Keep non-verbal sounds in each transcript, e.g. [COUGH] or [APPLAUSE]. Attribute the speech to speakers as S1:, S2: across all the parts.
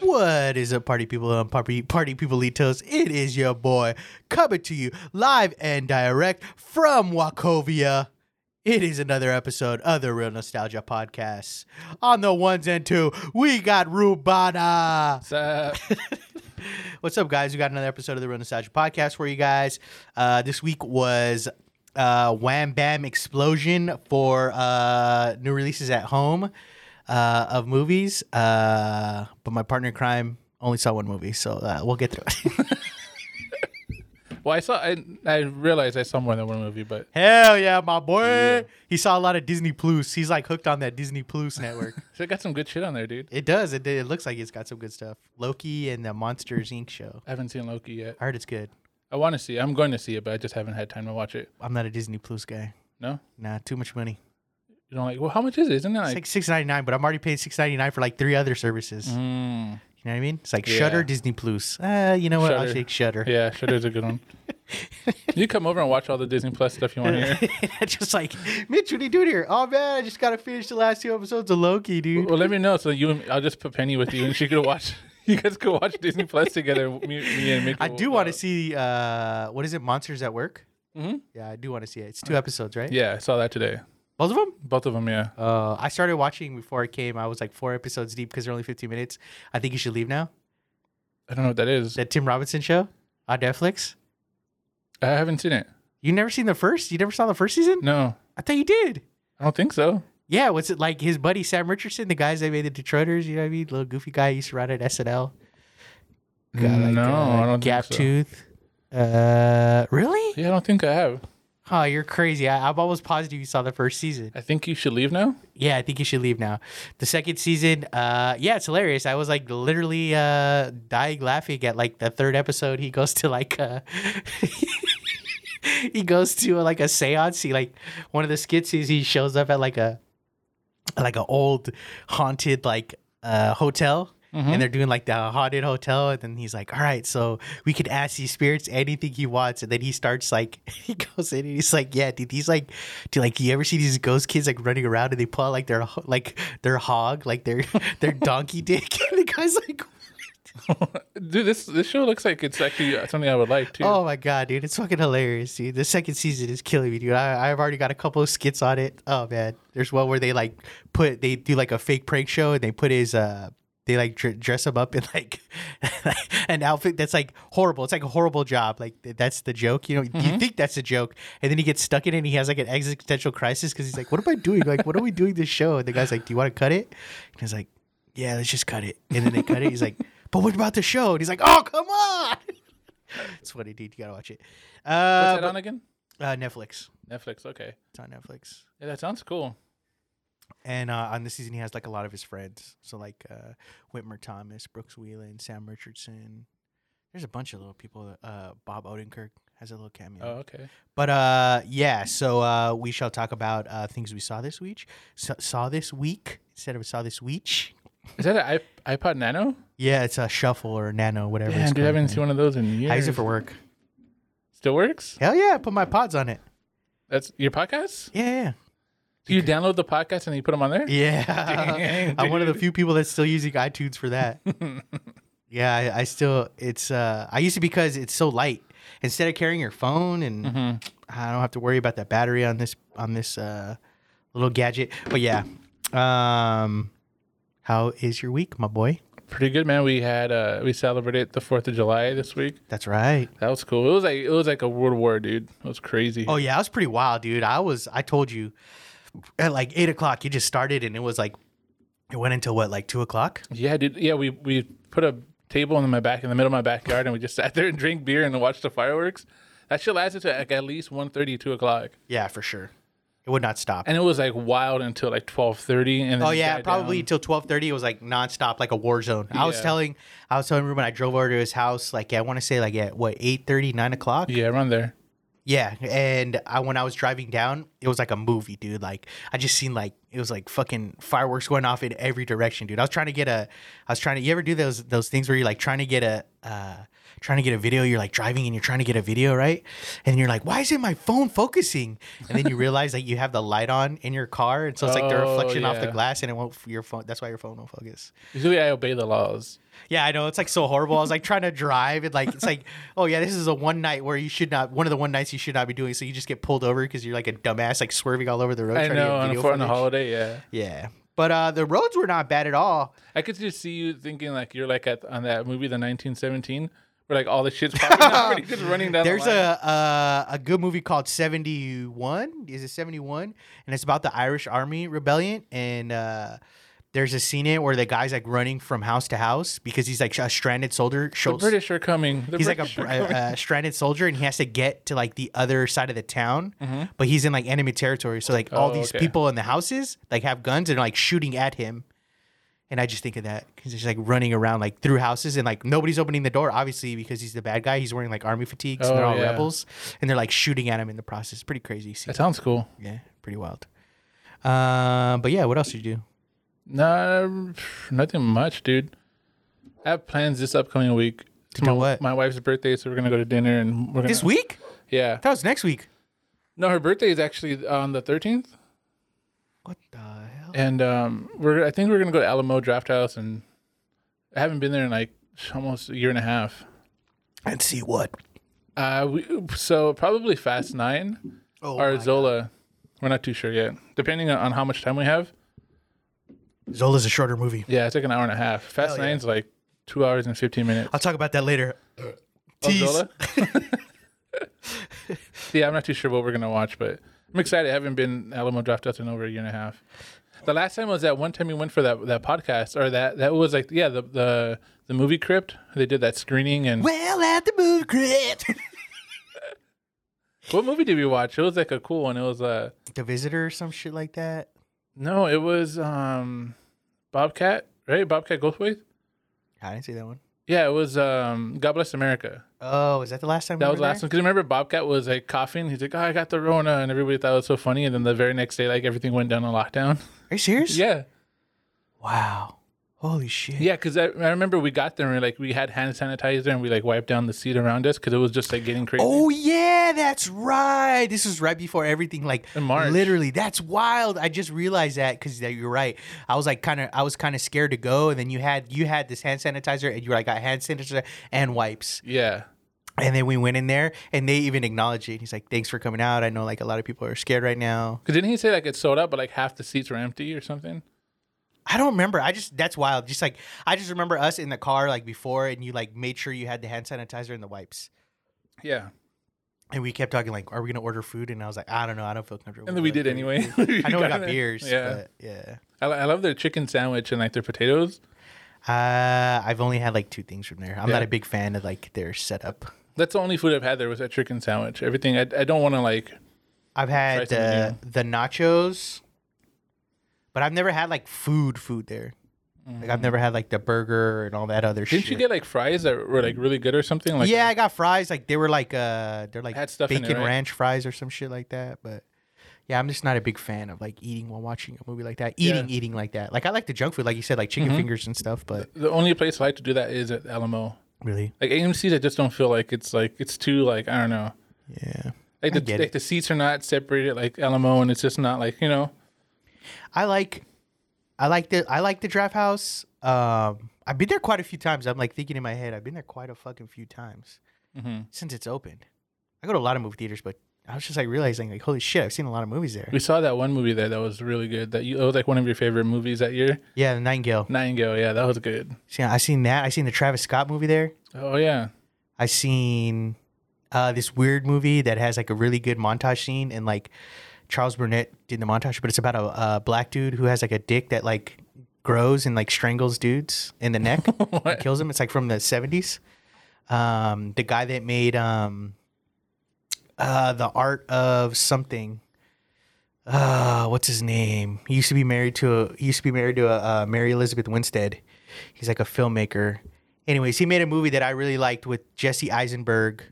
S1: What is up, party people and party party peopleitos? It is your boy coming to you live and direct from Wachovia. It is another episode of the Real Nostalgia Podcast. On the ones and two, we got Rubana. [LAUGHS]
S2: So,
S1: What's up, guys? We got another episode of the Real Nostalgia Podcast for you guys. Uh, this week was uh, Wham Bam Explosion for uh, new releases at home uh, of movies. Uh, but my partner in crime only saw one movie, so uh, we'll get through it. [LAUGHS]
S2: well, I saw. I, I realized I saw more than one movie, but
S1: Hell yeah, my boy! He saw a lot of Disney Plus. He's like hooked on that Disney Plus network.
S2: so it got some good shit on there, dude.
S1: [LAUGHS] it does. It, it looks like it's got some good stuff. Loki and the Monsters Inc. show.
S2: I haven't seen Loki yet.
S1: I heard it's good.
S2: I want to see. it. I'm going to see it, but I just haven't had time to watch it.
S1: I'm not a Disney Plus guy.
S2: No,
S1: Nah, too much money.
S2: you don't like. Well, how much is it? Isn't it
S1: It's
S2: like?
S1: like six ninety nine, but I'm already paying six ninety nine for like three other services.
S2: Mm,
S1: You know what I mean? It's like
S2: Yeah.
S1: Shutter, Disney Plus. Uh, you know what? I'll
S2: Shudder.
S1: take Shutter. [LAUGHS]
S2: yeah, Shudder's a good one. you come over and watch all the Disney Plus stuff you want to
S1: [LAUGHS]
S2: hear.
S1: just like Mitch, what are you doing here? Oh man, I just gotta finish the last two episodes of Loki, dude.
S2: Well, let me know so you. and- I'll just put Penny with you, and she could watch. [LAUGHS] You guys could watch Disney Plus together. Me, me and Mick.
S1: I
S2: will-
S1: do want
S2: uh,
S1: to see uh, what is it? Monsters at Work.
S2: Mhm.
S1: Yeah, I do want to see it. It's two episodes, right?
S2: Uh, Yeah, I saw that today.
S1: Both of them.
S2: Both of them. Yeah.
S1: Uh, I started watching before it came. I was like four episodes deep because they're only 15 minutes. I think you should leave now.
S2: I don't know what that is.
S1: That Tim Robinson show on Netflix.
S2: I haven't seen it.
S1: You never seen the first? You never saw the first season?
S2: No,
S1: I thought you did.
S2: I don't think so.
S1: Yeah, what's it like? His buddy Sam Richardson, the guys that made the Detroiters, you know what I mean? Little goofy guy used to ride at SNL.
S2: Mm, no, I don't
S1: Gap
S2: think so.
S1: tooth. Uh, really?
S2: Yeah, I don't think I have.
S1: Oh, you're crazy. I, I'm almost positive you saw the first season.
S2: I think you should leave now.
S1: Yeah, I think you should leave now. The second season, uh, yeah, it's hilarious. I was like literally uh, dying laughing at like the third episode. He goes to like uh, [LAUGHS] he goes to uh, like a séance. He like one of the skits is he shows up at like a like an old haunted like uh, hotel.
S2: Mm-hmm.
S1: And they're doing like the haunted hotel, and then he's like, "All right, so we can ask these spirits anything he wants." And then he starts like, [LAUGHS] he goes in and he's like, "Yeah, dude, these like, do like, you ever see these ghost kids like running around and they pull out like their ho- like their hog, like their [LAUGHS] their donkey dick?" [LAUGHS] And the guy's like,
S2: Dude, this this show looks like it's actually uh, something I would like too.
S1: "Oh my god, dude, it's fucking hilarious, dude." The second season is killing me, dude. I, I've already got a couple of skits on it. Oh man, there's one where they like put they do like a fake prank show and they put his uh they like dr- dress him up in like [LAUGHS] an outfit that's like horrible. It's like a horrible job. Like th- that's the joke. You know, you think that's a joke, and then he gets stuck in it. and He has like an existential crisis because he's like, "What am I doing? Like, what are we doing this show?" And the guy's like, "Do you want to cut it?" And he's like, "Yeah, let's just cut it." And then they cut it. He's like, "But what about the show?" And he's like, "Oh, come on." [LAUGHS] it's funny, dude. You gotta watch it.
S2: What's
S1: Uh,
S2: that on again?
S1: but- uh, Netflix.
S2: Netflix. Okay,
S1: It's on Netflix.
S2: yeah, that sounds cool.
S1: And uh, on this season, he has like a lot of his friends. So like uh, Whitmer Thomas, Brooks Wheelan, Sam Richardson. There's a bunch of little people. That, uh, Bob Odenkirk has a little cameo.
S2: Oh, okay.
S1: But uh, yeah, so uh, we shall talk about uh, things we saw this week. S saw this week instead of saw this week.
S2: Is that an iP- iPod Nano?
S1: Yeah, it's a shuffle or nano, whatever.
S2: Damn,
S1: it's
S2: dude, I
S1: called,
S2: haven't
S1: man.
S2: seen one of those in years.
S1: I use it for work.
S2: Still works?
S1: Hell yeah, I put my pods on it.
S2: That's your podcast.
S1: Yeah, yeah,
S2: Do you download the podcast and you put them on there?
S1: yeah. [LAUGHS]
S2: Dang,
S1: I'm one of the
S2: dude.
S1: few people that's still using iTunes for [LAUGHS] that. yeah, I, I still it's uh I used to because it's so light. Instead of carrying your phone and I don't have to worry about that battery on this on this uh little gadget. But yeah. Um how is your week, my boy?
S2: Pretty good, man. We had uh we celebrated the Fourth of July this week.
S1: That's right.
S2: That was cool. It was like it was like a world war, dude. It was crazy.
S1: Oh yeah, I was pretty wild, dude. I was I told you at like eight o'clock you just started and it was like it went until what, like two o'clock?
S2: Yeah, dude. Yeah, we we put a table in my back in the middle of my backyard, and we just [LAUGHS] sat there and drank beer and watched the fireworks. That shit lasted to like at least 1.30, 2 o'clock,
S1: Yeah, for sure. It would not stop.
S2: and it was like wild until like twelve thirty. And then
S1: Oh
S2: it
S1: yeah,
S2: died
S1: probably
S2: down.
S1: until twelve thirty. It was like nonstop, like a war zone. I was
S2: Yeah.
S1: telling, I was telling Ruben, I drove over to his house. Like I want to say, like at what 8:30, 9 o'clock.
S2: Yeah, around there.
S1: Yeah, and I when I was driving down, it was like a movie, dude. Like I just seen like it was like fucking fireworks going off in every direction, dude. I was trying to get a, I was trying to. You ever do those those things where you're like trying to get a, uh, trying to get a video. You're like driving and you're trying to get a video, right? And you're like, why isn't my phone focusing? And
S2: [LAUGHS]
S1: then you realize like you have the light on in your car, and so it's like the
S2: Oh,
S1: reflection off the
S2: yeah.
S1: glass, and it won't your phone. That's why your phone won't focus.
S2: Usually I obey the laws.
S1: Yeah, I know it's like so horrible. I was like trying to drive, and like it's like, oh yeah, this is a one night where you should not one of the one nights you should not be doing. So you just get pulled over because you're like a dumbass, like swerving all over the road.
S2: I
S1: trying
S2: know
S1: to get
S2: on
S1: video
S2: a, for, on a
S1: footage.
S2: holiday, yeah.
S1: Yeah, but uh, the roads were not bad at all.
S2: I could just see you thinking like you're like at on that movie, the 1917, where like all the shit's popping
S1: [LAUGHS]
S2: out, and you're just running down.
S1: There's
S2: the line.
S1: a, a a good movie called Seventy One. Is it Seventy One? And it's about the Irish Army Rebellion. And uh, there's a scene in it where the guy's like running from house to house because he's like a stranded soldier.
S2: The
S1: Schultz-
S2: British are coming. The
S1: he's like a,
S2: British are
S1: a-
S2: coming.
S1: a stranded soldier and he has to get to like the other side of the town but he's in like enemy territory so like all
S2: Mm-hmm. Oh,
S1: these
S2: okay.
S1: people in the houses like have guns and are like shooting at him and i just think of that because he's like running around like through houses and like nobody's opening the door obviously because he's the bad guy he's wearing like army fatigues and they're
S2: Oh,
S1: all
S2: yeah.
S1: rebels and they're like shooting at him in the process pretty crazy scene.
S2: that sounds cool.
S1: yeah pretty wild uh, but yeah what else did you do
S2: No, nothing much, dude. I have plans this upcoming week.
S1: To
S2: It's
S1: do
S2: my,
S1: what?
S2: My wife's birthday, so we're gonna go to dinner and we're gonna.
S1: this week
S2: Yeah.
S1: that was next week
S2: No, her birthday is actually on the 13th,
S1: what the hell
S2: and um, we're I think we're gonna go to Alamo Draft House, and I haven't been there in like almost a year and a half.
S1: and see what
S2: Uh, we, so probably Fast Nine
S1: oh
S2: or
S1: my-
S2: Zola. We're not too sure yet, depending on how much time we have.
S1: zola's a shorter movie
S2: Yeah, it's like an hour and a half. Fast
S1: Hell yeah.
S2: Nine's like two hours and 15 minutes.
S1: I'll talk about that
S2: [CLEARS THROAT]
S1: later.
S2: Oh,
S1: Tease.
S2: Zola? yeah, I'm not too sure what we're gonna watch, but I'm excited. I haven't been Alamo Draft House in over a year and a half. The last time was that one time we went for that that podcast or that that was like yeah the the the movie crypt. They did that screening and
S1: Well, at the movie crit.
S2: what movie did we watch? It was like a cool one. It was uh
S1: [LAUGHS] the visitor or some shit like that.
S2: no, it was um Bobcat right? Bobcat Goldthwait.
S1: I didn't see that one.
S2: Yeah, it was um God Bless America.
S1: Oh, is that the last time?
S2: That
S1: we
S2: was
S1: were
S2: last
S1: there?
S2: one because remember Bobcat was like coughing. He's like, "Oh, I got the Rona," and everybody thought it was so funny. And then the very next day, like everything went down on lockdown.
S1: Are you serious?
S2: yeah,
S1: Wow. Holy shit.
S2: yeah. Because I, I remember we got there and we, like we had hand sanitizer and we like wiped down the seat around us because it was just like getting crazy.
S1: Oh yeah, that's right. This was right before everything. Like
S2: In March.
S1: literally, that's wild. I just realized that because that you're right. I was like kind of, I was kind of scared to go, and then you had you had this hand sanitizer, and you were like, I hand sanitizer and wipes.
S2: Yeah,
S1: And then we went in there, and they even acknowledged it. He's like, "Thanks for coming out. I know like a lot of people are scared right now."
S2: because didn't he say like it sold out, but like half the seats were empty or something?
S1: I don't remember. I just that's wild. Just like I just remember us in the car like before, and you like made sure you had the hand sanitizer and the wipes,
S2: Yeah,
S1: and we kept talking like, "Are we gonna order food?" And I was like, "I don't know. I don't feel comfortable."
S2: and then we did
S1: ordering
S2: anyway. [LAUGHS]
S1: food." [LAUGHS] I know we got
S2: there.
S1: beers.
S2: Yeah,
S1: but yeah.
S2: I, I love their chicken sandwich and like their potatoes.
S1: Uh, I've only had like two things from there. I'm
S2: Yeah.
S1: not a big fan of like their setup.
S2: That's the only food I've had there was that chicken sandwich. Everything I, I don't want to like.
S1: I've had
S2: something
S1: uh, the nachos, but I've never had like food food there. Like I've never had like the burger and all that other
S2: Mm. Didn't
S1: shit.
S2: you get like fries that were like really good or something? Like
S1: yeah, I got fries. Like they were like uh, they're like
S2: Had stuff in it,
S1: bacon
S2: right?
S1: ranch fries or some shit like that. But yeah, I'm just not a big fan of like eating while watching a movie like that. Eating, eating like that. Like I like the junk food, like you said, like chicken
S2: Mm-hmm.
S1: fingers and stuff. But
S2: The only place I like to do that is at Alamo.
S1: really,
S2: Like AMC's, I just don't feel like it's like it's too like I don't know.
S1: yeah,
S2: Like
S1: I
S2: the
S1: get
S2: like
S1: it.
S2: the seats are not separated like Alamo, and it's just not like you know.
S1: I like, I like the, I like the draft house. Um, I've been there quite a few times. I'm like thinking in my head, I've been there quite a fucking few times
S2: Mm-hmm.
S1: since it's opened. I go to a lot of movie theaters, but I was just like realizing, like, holy shit, I've seen a lot of movies
S2: [LAUGHS]
S1: there.
S2: We saw that one movie there that was really good. That you it was like one of your favorite movies that year.
S1: Yeah, the Nightingale.
S2: Nightingale, yeah, that was good.
S1: See, I seen that. I seen the Travis Scott movie there.
S2: Oh yeah,
S1: I seen uh, this weird movie that has like a really good montage scene, and like Charles Burnett did the montage, but it's about a, a black dude who has like a dick that like grows and like strangles dudes in the neck, and kills him. It's like from the seventies. Um, the guy that made um, uh, the art of something. Uh, what's his name? He used to be married to a, he used to be married to a, uh Mary Elizabeth Winstead. He's like a filmmaker. Anyways, he made a movie that I really liked with Jesse Eisenberg,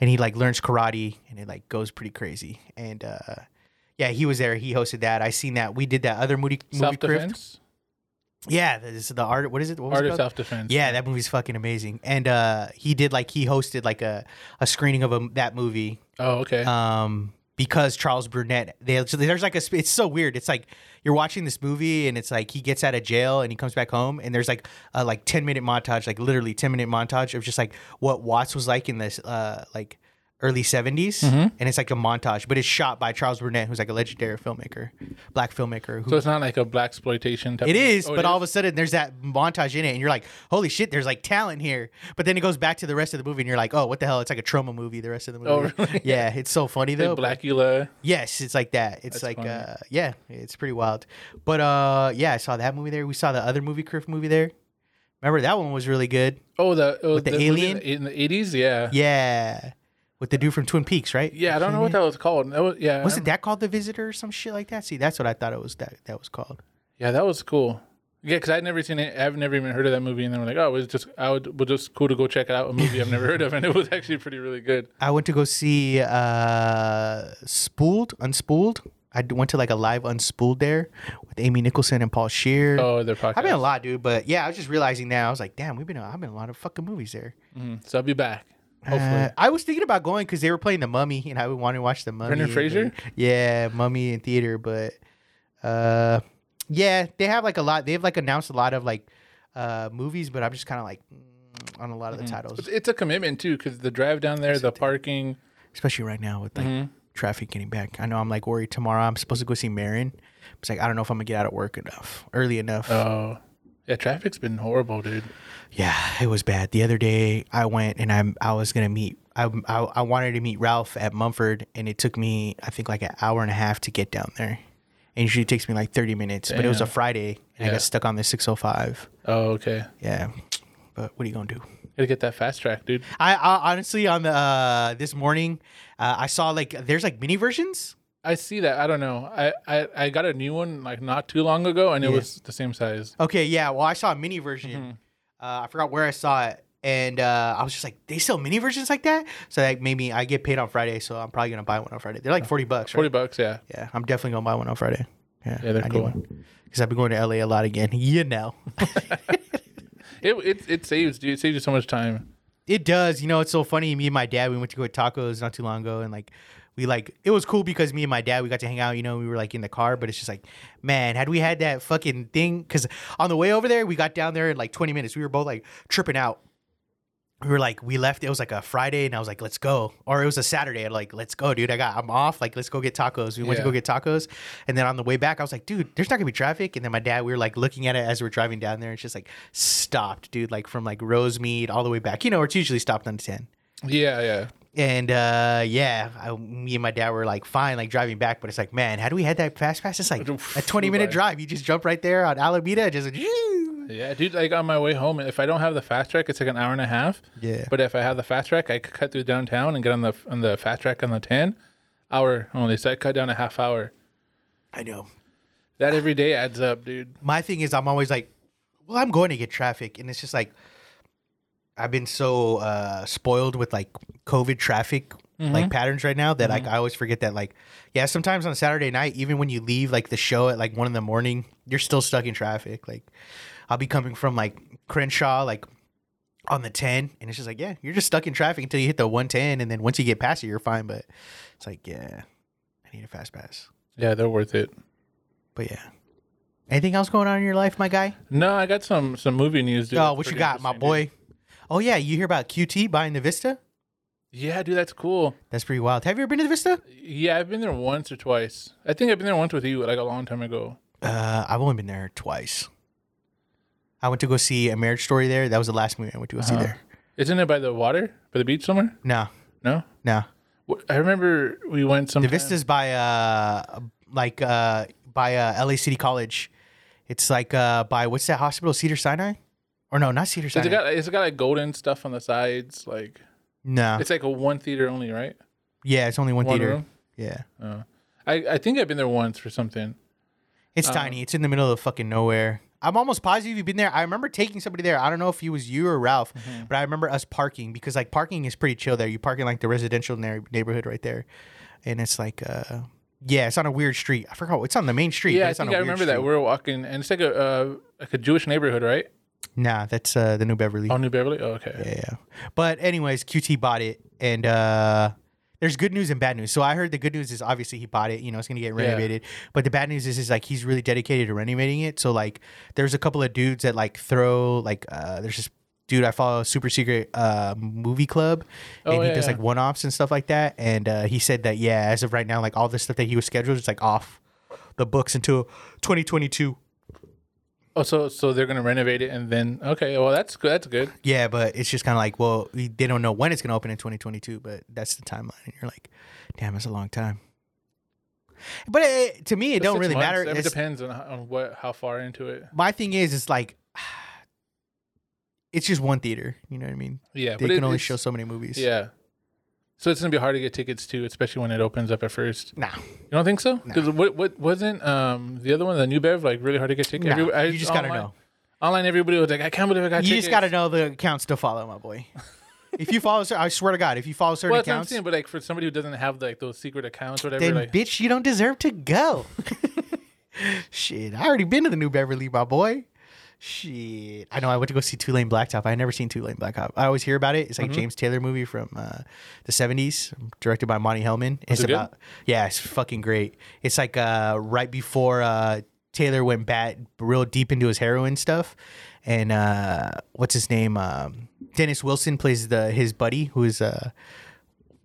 S1: and he like learns karate and it like goes pretty crazy. And uh, yeah, he was there. He hosted that. I seen that. We did that other movie movie
S2: self
S1: crypt.
S2: defense.
S1: Yeah, this is the art. What is it? What was it
S2: Art of
S1: called?
S2: self defense.
S1: Yeah, that movie's fucking amazing. And uh, he did like he hosted like a, a screening of a, that movie
S2: Oh, okay.
S1: um, because Charles Burnett. They, so there's like a sp- it's so weird. It's like you're watching this movie and it's like he gets out of jail and he comes back home and there's like a like ten minute montage, like literally ten minute montage of just like what Watts was like in this uh, like early 70s and it's like a montage but it's shot by charles burnett who's like a legendary filmmaker black filmmaker who
S2: so it's not like a black exploitation type.
S1: it is,
S2: oh,
S1: but all of a sudden there's that montage in it, and you're like, "Holy shit!" There's like talent here. But then it goes back to the rest of the movie, and you're like, "Oh, what the hell?" It's like a trauma movie. The rest of the movie.
S2: Oh, really?
S1: [LAUGHS] Yeah, it's so funny though.
S2: like Blackula.
S1: Yes, it's like that. It's like,
S2: funny.
S1: uh, yeah, it's pretty wild. But uh, yeah, I saw that movie there. We saw the other movie, Criff movie there. Remember that one was really good.
S2: Oh, the oh,
S1: With the
S2: movie
S1: alien?
S2: in the eighties. Yeah. yeah.
S1: Yeah, with the dude from Twin Peaks, right?
S2: I don't know what that was called. That was, yeah. I
S1: Wasn't
S2: don't-
S1: that called The Visitor or some shit like that? See, that's what I thought it was. That that was called.
S2: Yeah, that was cool. Yeah, because I'd never seen it. I've never even heard of that movie, and then we're like, oh, it was just I would was just cool to go check out a movie I've never heard of, and it was actually pretty really good.
S1: I went to go see uh, Spooled, Unspooled. I d- went to like a live Unspooled there with Amy Nicholson and Paul Shear.
S2: Oh, their podcast.
S1: I've been a lot, dude. But yeah, I was just realizing now. I was like, damn, we've been. I've been in a lot of fucking movies there.
S2: Mhm. So I'll be back. Hopefully,
S1: Uh, I was thinking about going because they were playing the Mummy, and I would want to watch the Mummy.
S2: Brendan Fraser?
S1: Yeah, Mummy in theater, but uh, yeah, they have like a lot. They've like announced a lot of like uh movies, but I'm just kind of like mm, on a lot of the titles,
S2: It's- it's a commitment too, because the drive down there, the parking.
S1: especially right now with like
S2: Mm-hmm.
S1: traffic getting back. I know I'm like worried tomorrow. I'm supposed to go see Marin. It's like I don't know if I'm gonna get out of work enough, early enough.
S2: Oh, yeah, traffic's been horrible, dude.
S1: Yeah, it was bad. The other day I went and I'm I was gonna meet I, I I wanted to meet Ralph at Mumford and it took me I think like an hour and a half to get down there. And usually it takes me like thirty minutes, but it was a
S2: Damn.
S1: Friday and I
S2: Yeah.
S1: got stuck on the six oh five.
S2: Oh, okay.
S1: Yeah, but what are you gonna do?
S2: Gotta get that fast track, dude.
S1: I, I honestly on the uh, this morning uh, I saw like there's like mini versions.
S2: I see that. I don't know. I, I, I got a new one like not too long ago, and it
S1: Yeah.
S2: was the same size.
S1: Okay, yeah. Well, I saw a mini version.
S2: Mm-hmm.
S1: Uh, I forgot where I saw it, and uh, I was just like, they sell mini versions like that. So like maybe I get paid on Friday, so I'm probably gonna buy one on Friday. They're like forty bucks,
S2: Forty
S1: right?
S2: bucks, yeah.
S1: Yeah, I'm definitely gonna buy one on Friday. Yeah,
S2: Yeah, they're cool.
S1: Because I've been going to LA a lot again. [LAUGHS] You
S2: [LAUGHS]
S1: know,
S2: It, it it saves, dude. It saves you so much time.
S1: it does. You know, it's so funny. Me and my dad, we went to go to tacos not too long ago, and like. We like it was cool because me and my dad we got to hang out. You know, we were like in the car, but it's just like, man, had we had that fucking thing? Because on the way over there, we got down there in like 20 minutes. We were both like tripping out. we were like we left it was like a friday and i was like let's go or it was a saturday I'm like let's go dude i got i'm off like let's go get tacos we went to
S2: Yeah.
S1: go get tacos and then on the way back i was like dude there's not gonna be traffic and then my dad we were like looking at it as we are driving down there it's just like stopped dude like from like rosemead all the way back you know it's usually stopped on 10
S2: Yeah, yeah.
S1: and uh yeah I, me and my dad were like fine like driving back but it's like man had we had that fast pass it's
S2: [LAUGHS]
S1: like a 20 minute
S2: Right.
S1: drive you just jump right there on alameda just
S2: Yeah, dude. Like on my way home, if I don't have the fast track, it's like an hour and a half.
S1: Yeah.
S2: But if I have the fast track, I could cut through downtown and get on the on the fast track on the ten hour only. So I cut down a half hour.
S1: i know
S2: That every day adds up, dude.
S1: my thing is I'm always like, well, I'm going to get traffic, and it's just like I've been so uh, spoiled with like COVID traffic like patterns right now that like I always forget that like yeah sometimes on Saturday night even when you leave like the show at like one in the morning you're still stuck in traffic like I'll be coming from like Crenshaw like on the 10 and it's just like yeah you're just stuck in traffic until you hit the 110 and then once you get past it you're fine but it's like yeah I need a fast pass
S2: Yeah, they're worth it.
S1: but yeah anything else going on in your life my guy
S2: No, I got some some movie news, dude.
S1: Oh,
S2: that's
S1: what you
S2: pretty
S1: got, my
S2: interesting, dude.
S1: boy? Oh yeah, you hear about QT buying the Vista?
S2: Yeah, dude, that's cool.
S1: That's pretty wild. Have you ever been to the Vista?
S2: Yeah, I've been there once or twice. I think I've been there once with you, like a long time ago.
S1: Uh, I've only been there twice. I went to go see a Marriage Story there. That was the last movie I went to go see there.
S2: Isn't it by the water, by the beach somewhere?
S1: No,
S2: No,
S1: no.
S2: Wh- I remember we went some.
S1: The Vista's by uh, like uh, by uh, LA City College. It's like uh, by what's that hospital? Cedar Sinai? Or no, not Cedar
S2: It's
S1: Sinai.
S2: got it's got like golden stuff on the sides. Like
S1: no,
S2: it's like a one theater only, right?
S1: yeah, it's only one,
S2: One
S1: theater.
S2: room.
S1: Yeah,
S2: I I think I've been there once for something.
S1: It's
S2: Um,
S1: tiny. It's in the middle of fucking nowhere. I'm almost positive you've been there. I remember taking somebody there. I don't know if it was you or Ralph,
S2: Mm-hmm.
S1: but I remember us parking because like parking is pretty chill there. You park in like the residential na- neighborhood right there, and it's like uh Yeah, it's on a weird street. I forgot. It's on the main street.
S2: Yeah,
S1: but
S2: I
S1: it's on
S2: think
S1: a
S2: I
S1: weird
S2: remember that. We
S1: street.
S2: were walking, and it's like a uh, like a Jewish neighborhood, right?
S1: Nah, that's uh, the New Beverly.
S2: Oh, New Beverly. Oh, okay.
S1: Yeah, yeah. But anyways, QT bought it, and uh, there's good news and bad news. So I heard the good news is obviously he bought it. You know, it's gonna get renovated. But the bad news is is like he's really dedicated to renovating it. So like, there's a couple of dudes that like throw like uh, there's this dude I follow, Super Secret uh, Movie Club, and
S2: Oh,
S1: he
S2: yeah,
S1: does
S2: yeah.
S1: like one offs and stuff like that. And uh, he said that yeah, as of right now, like all this stuff that he was scheduled is like off the books until 2022.
S2: Oh, so so they're gonna renovate it, and then okay. Well, that's good. That's good.
S1: Yeah, but it's just kind of like, well, we- they don't know when it's going to open in 2022, but that's the timeline. And you're like, damn, that's a long time. But it, to me, it
S2: That's
S1: don't
S2: six
S1: really
S2: months.
S1: matter.
S2: It
S1: It's-
S2: depends on, how- on what how far into it.
S1: my thing is, it's like, [SIGHS] it's just one theater. You know what I mean?
S2: Yeah,
S1: They
S2: it-
S1: can only
S2: it's-
S1: show so many movies.
S2: Yeah. So it's gonna be hard to get tickets too, especially when it opens up at first.
S1: Nah,
S2: You don't think so? Because what what wasn't um the other one, the new Bev, like really hard to get tickets.
S1: nah you just got to know.
S2: Online, everybody was like, I can't believe I got
S1: You
S2: tickets.
S1: just got to know the accounts to follow, my
S2: [LAUGHS]
S1: boy. if you follow, cer- I swear to God, if you follow certain
S2: Well, that's what I'm
S1: accounts,
S2: saying, but like for somebody who doesn't have like those secret accounts or whatever,
S1: then
S2: like
S1: bitch, you don't deserve to
S2: [LAUGHS]
S1: go. Shit, I already been to the New Beverly, my boy. Shit, I know. I went to go see Tulane Blacktop. I never seen Tulane Blacktop. I always hear about it. It's like
S2: Mm-hmm.
S1: James Taylor movie from uh, the seventies, directed by Monty Hellman. it's
S2: it good?
S1: about yeah, it's fucking great. It's like uh, right before uh, Taylor went bat real deep into his heroin stuff, and uh, what's his name? Um, Dennis Wilson plays the his buddy who is. Uh,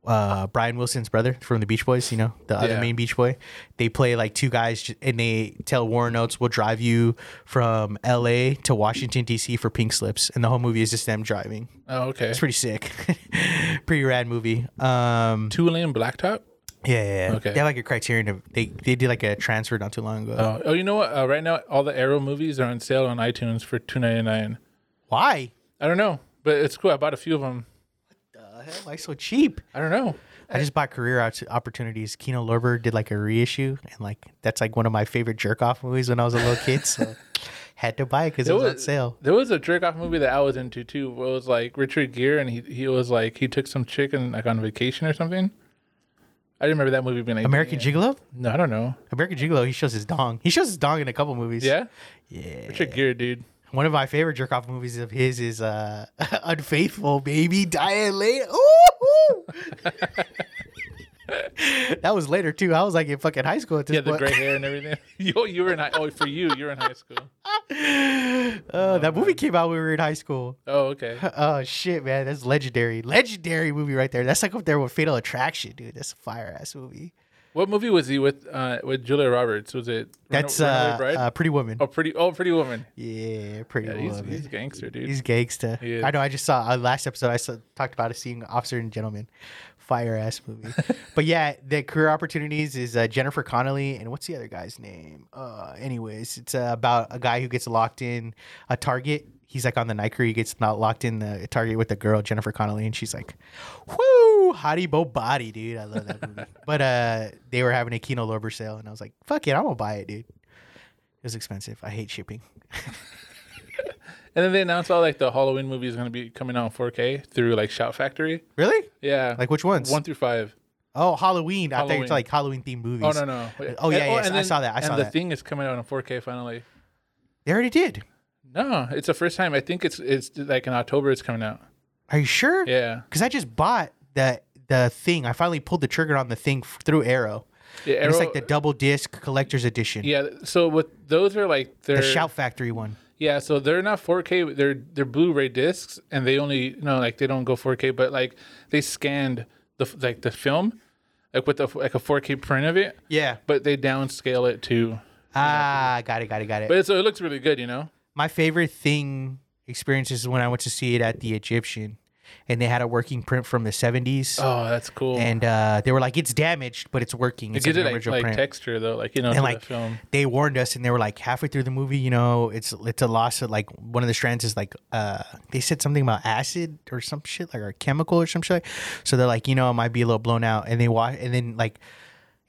S1: uh, Brian Wilson's brother from the Beach Boys, you know, the other
S2: Yeah.
S1: main Beach Boy. They play like two guys j- and they tell Warren Oates, we'll drive you from LA to Washington, D.C. for pink slips. And the whole movie is just them driving.
S2: oh okay,
S1: It's pretty sick. [LAUGHS] pretty rad movie. Um,
S2: two lane blacktop.
S1: yeah, yeah, yeah.
S2: Okay.
S1: They have like a criterion. Of, they, they did like a transfer not too long ago.
S2: Oh, oh, you know what? Uh, right now, all the Arrow movies are on sale on iTunes for two ninety nine.
S1: Why?
S2: I don't know, but it's cool. I bought a few of them.
S1: The hell? Why so cheap?
S2: I don't know.
S1: I just bought career op- opportunities. Kino Lorber did like a reissue, and like that's like one of my favorite jerk off movies when I was a little kid.
S2: [LAUGHS]
S1: So had to buy it because it was on sale.
S2: There was a jerk off movie that I was into too. Where it was like Richard Gere, and he he was like he took some chicken like on vacation or something. I remember that movie being like
S1: American Gigolo?
S2: No, I don't know.
S1: American Gigolo, he shows his dong. He shows his dong in a couple movies.
S2: Yeah,
S1: Yeah.
S2: Richard Gere, dude.
S1: One of my favorite jerk off movies of his is uh [LAUGHS] Unfaithful Baby Dying Late. Ooh! [LAUGHS] that was later too. I was like in fucking high school at this
S2: Yeah, the
S1: point.
S2: gray hair and everything. [LAUGHS] you you were in high. Oh, for you, you were in high school.
S1: [LAUGHS] Uh, that movie came out when we were in high school.
S2: Oh, okay.
S1: Oh shit, man. That's legendary. Legendary movie right there. That's like up there with Fatal Attraction, dude. That's a fire ass movie.
S2: What movie was he with? Uh, with Julia Roberts? Was it? Runa-
S1: That's
S2: Runaway
S1: uh,
S2: Bride?
S1: uh Pretty Woman.
S2: oh, pretty. Oh, Pretty Woman.
S1: Yeah, Pretty
S2: Yeah,
S1: Woman.
S2: he's, he's a gangster, dude.
S1: He's gangsta.
S2: He is.
S1: I know. I just saw uh, last episode. I saw, talked about it, seeing Officer and Gentleman, fire ass
S2: [LAUGHS]
S1: movie. but yeah, the career opportunities is uh, Jennifer Connelly and what's the other guy's name? Uh, anyways, it's uh, about a guy who gets locked in a Target. He's like on the night crew. He gets not locked in the Target with the girl Jennifer Connelly, and she's like, "Whoo, hottie bo body, dude! I love that movie."
S2: [LAUGHS]
S1: but uh, they were having a Kino Lorber sale, and I was like, "Fuck it, I'm gonna buy it, dude." It was expensive. I hate shipping.
S2: and then they announced all like the Halloween movie is going to be coming out in 4K through like Shout Factory.
S1: Really?
S2: Yeah,
S1: Like which ones?
S2: one through five.
S1: Oh, Halloween. I thought you were
S2: Halloween.
S1: like Halloween themed movies.
S2: Oh no no!
S1: Oh, yeah, yes, I saw that, I
S2: and
S1: saw
S2: the
S1: that.
S2: thing is coming out in 4K finally.
S1: They already did.
S2: No, it's the first time. I think it's it's like in October it's coming out.
S1: Are you sure?
S2: Yeah,
S1: Because I just bought the the thing. I finally pulled the trigger on the thing f- through Arrow.
S2: yeah.
S1: And it's
S2: Arrow-
S1: like the double disc collector's edition.
S2: yeah. So with those are like they're
S1: The Shout Factory one.
S2: yeah. So they're not 4K. They're they're Blu-ray discs, and they only no like they don't go 4K, but like they scanned the f- like the film, like with the f- like a 4K print of it,
S1: Yeah.
S2: but they downscale it to.
S1: Ah, got it, got it, got it.
S2: But it's, so it looks really good, you know.
S1: my favorite thing experiences is when I went to see it at the Egyptian, and they had a working print from the seventies,
S2: Oh, that's cool.
S1: and uh, they were like, "It's damaged, but it's working.
S2: it
S1: It's
S2: gives
S1: an
S2: it like,
S1: original
S2: like
S1: print."
S2: texture though, like you know, to
S1: and
S2: the
S1: like
S2: film.
S1: they warned us and they were like halfway through the movie you know it's it's a loss of like one of the strands is like uh they said something about acid or some shit like or chemical or some shit so they're like you know it might be a little blown out and they watch and then like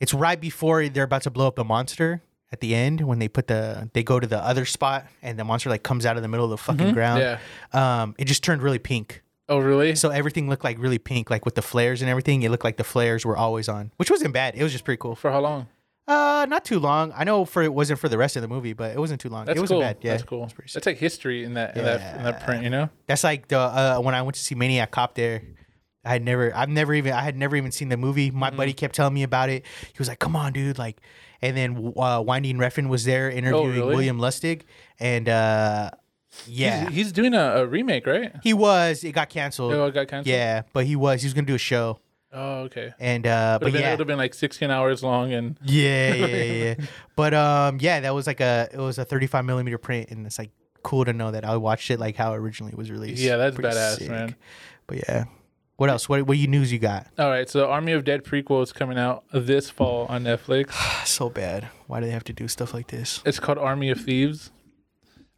S1: it's right before they're about to blow up the monster at the end when they put the they go to the other spot and the monster like comes out of the middle of the fucking ground
S2: Mm-hmm. Yeah.
S1: um it just turned really pink
S2: Oh, really?
S1: so everything looked like really pink like with the flares and everything it looked like the flares were always on which wasn't bad it was just pretty cool
S2: For how long?
S1: Uh, not too long. I know for it wasn't for the rest of the movie, but it wasn't too long.
S2: That's
S1: it wasn't
S2: cool.
S1: bad. Yeah,
S2: That's cool.
S1: It's pretty sick.
S2: That's like history in that in that in that print, you know?
S1: That's like the uh, when I went to see Maniac Cop there. I had never, I've never even, I had never even seen the movie.
S2: Mm-hmm.
S1: My buddy kept telling me about it. He was like, "Come on, dude!" Like, and then uh, Winding Refn was there interviewing
S2: Oh, really?
S1: William Lustig, and uh, yeah,
S2: He's, he's doing a, a remake, right?
S1: he was. It got canceled.
S2: Oh, it got canceled.
S1: yeah, but he was. He was gonna do a show,
S2: Oh, okay.
S1: and uh, but
S2: Would have been,
S1: yeah,
S2: it would have been like 16 hours long, and
S1: Yeah, yeah, yeah. [LAUGHS] yeah. but um, yeah, that was like a it was a 35 millimeter print, and it's like cool to know that I watched it like how it originally was released.
S2: Yeah, that's badass, man.
S1: But yeah, what else? What what you news you got?
S2: all right. So, Army of Dead prequel is coming out this fall on Netflix.
S1: Ah, so bad. Why do they have to do stuff like this?
S2: It's called Army of Thieves.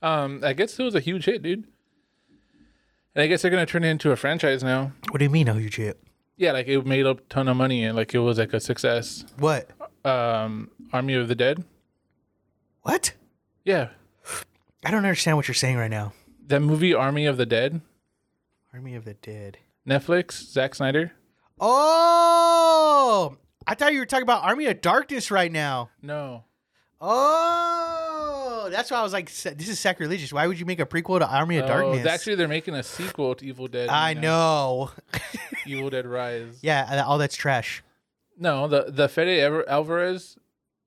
S2: Um, I guess it was a huge hit, dude. And I guess they're gonna turn it into a franchise now.
S1: What do you mean, oh, you chip?
S2: Yeah, like it made a ton of money and like it was like a success.
S1: What?
S2: Um, Army of the Dead.
S1: What?
S2: Yeah,
S1: I don't understand what you're saying right now.
S2: that movie Army of the Dead.
S1: Army of the Dead.
S2: Netflix. Zack Snyder.
S1: Oh, I thought you were talking about Army of Darkness right now.
S2: No,
S1: Oh, that's why I was like, "Sa- this is sacrilegious. Why would you make a prequel to Army of
S2: Oh,
S1: Darkness?
S2: actually, they're making a sequel to Evil Dead.
S1: I
S2: now.
S1: know. [LAUGHS]
S2: Evil Dead Rise.
S1: Yeah, and all that's trash.
S2: No, the the Fede Ever- Alvarez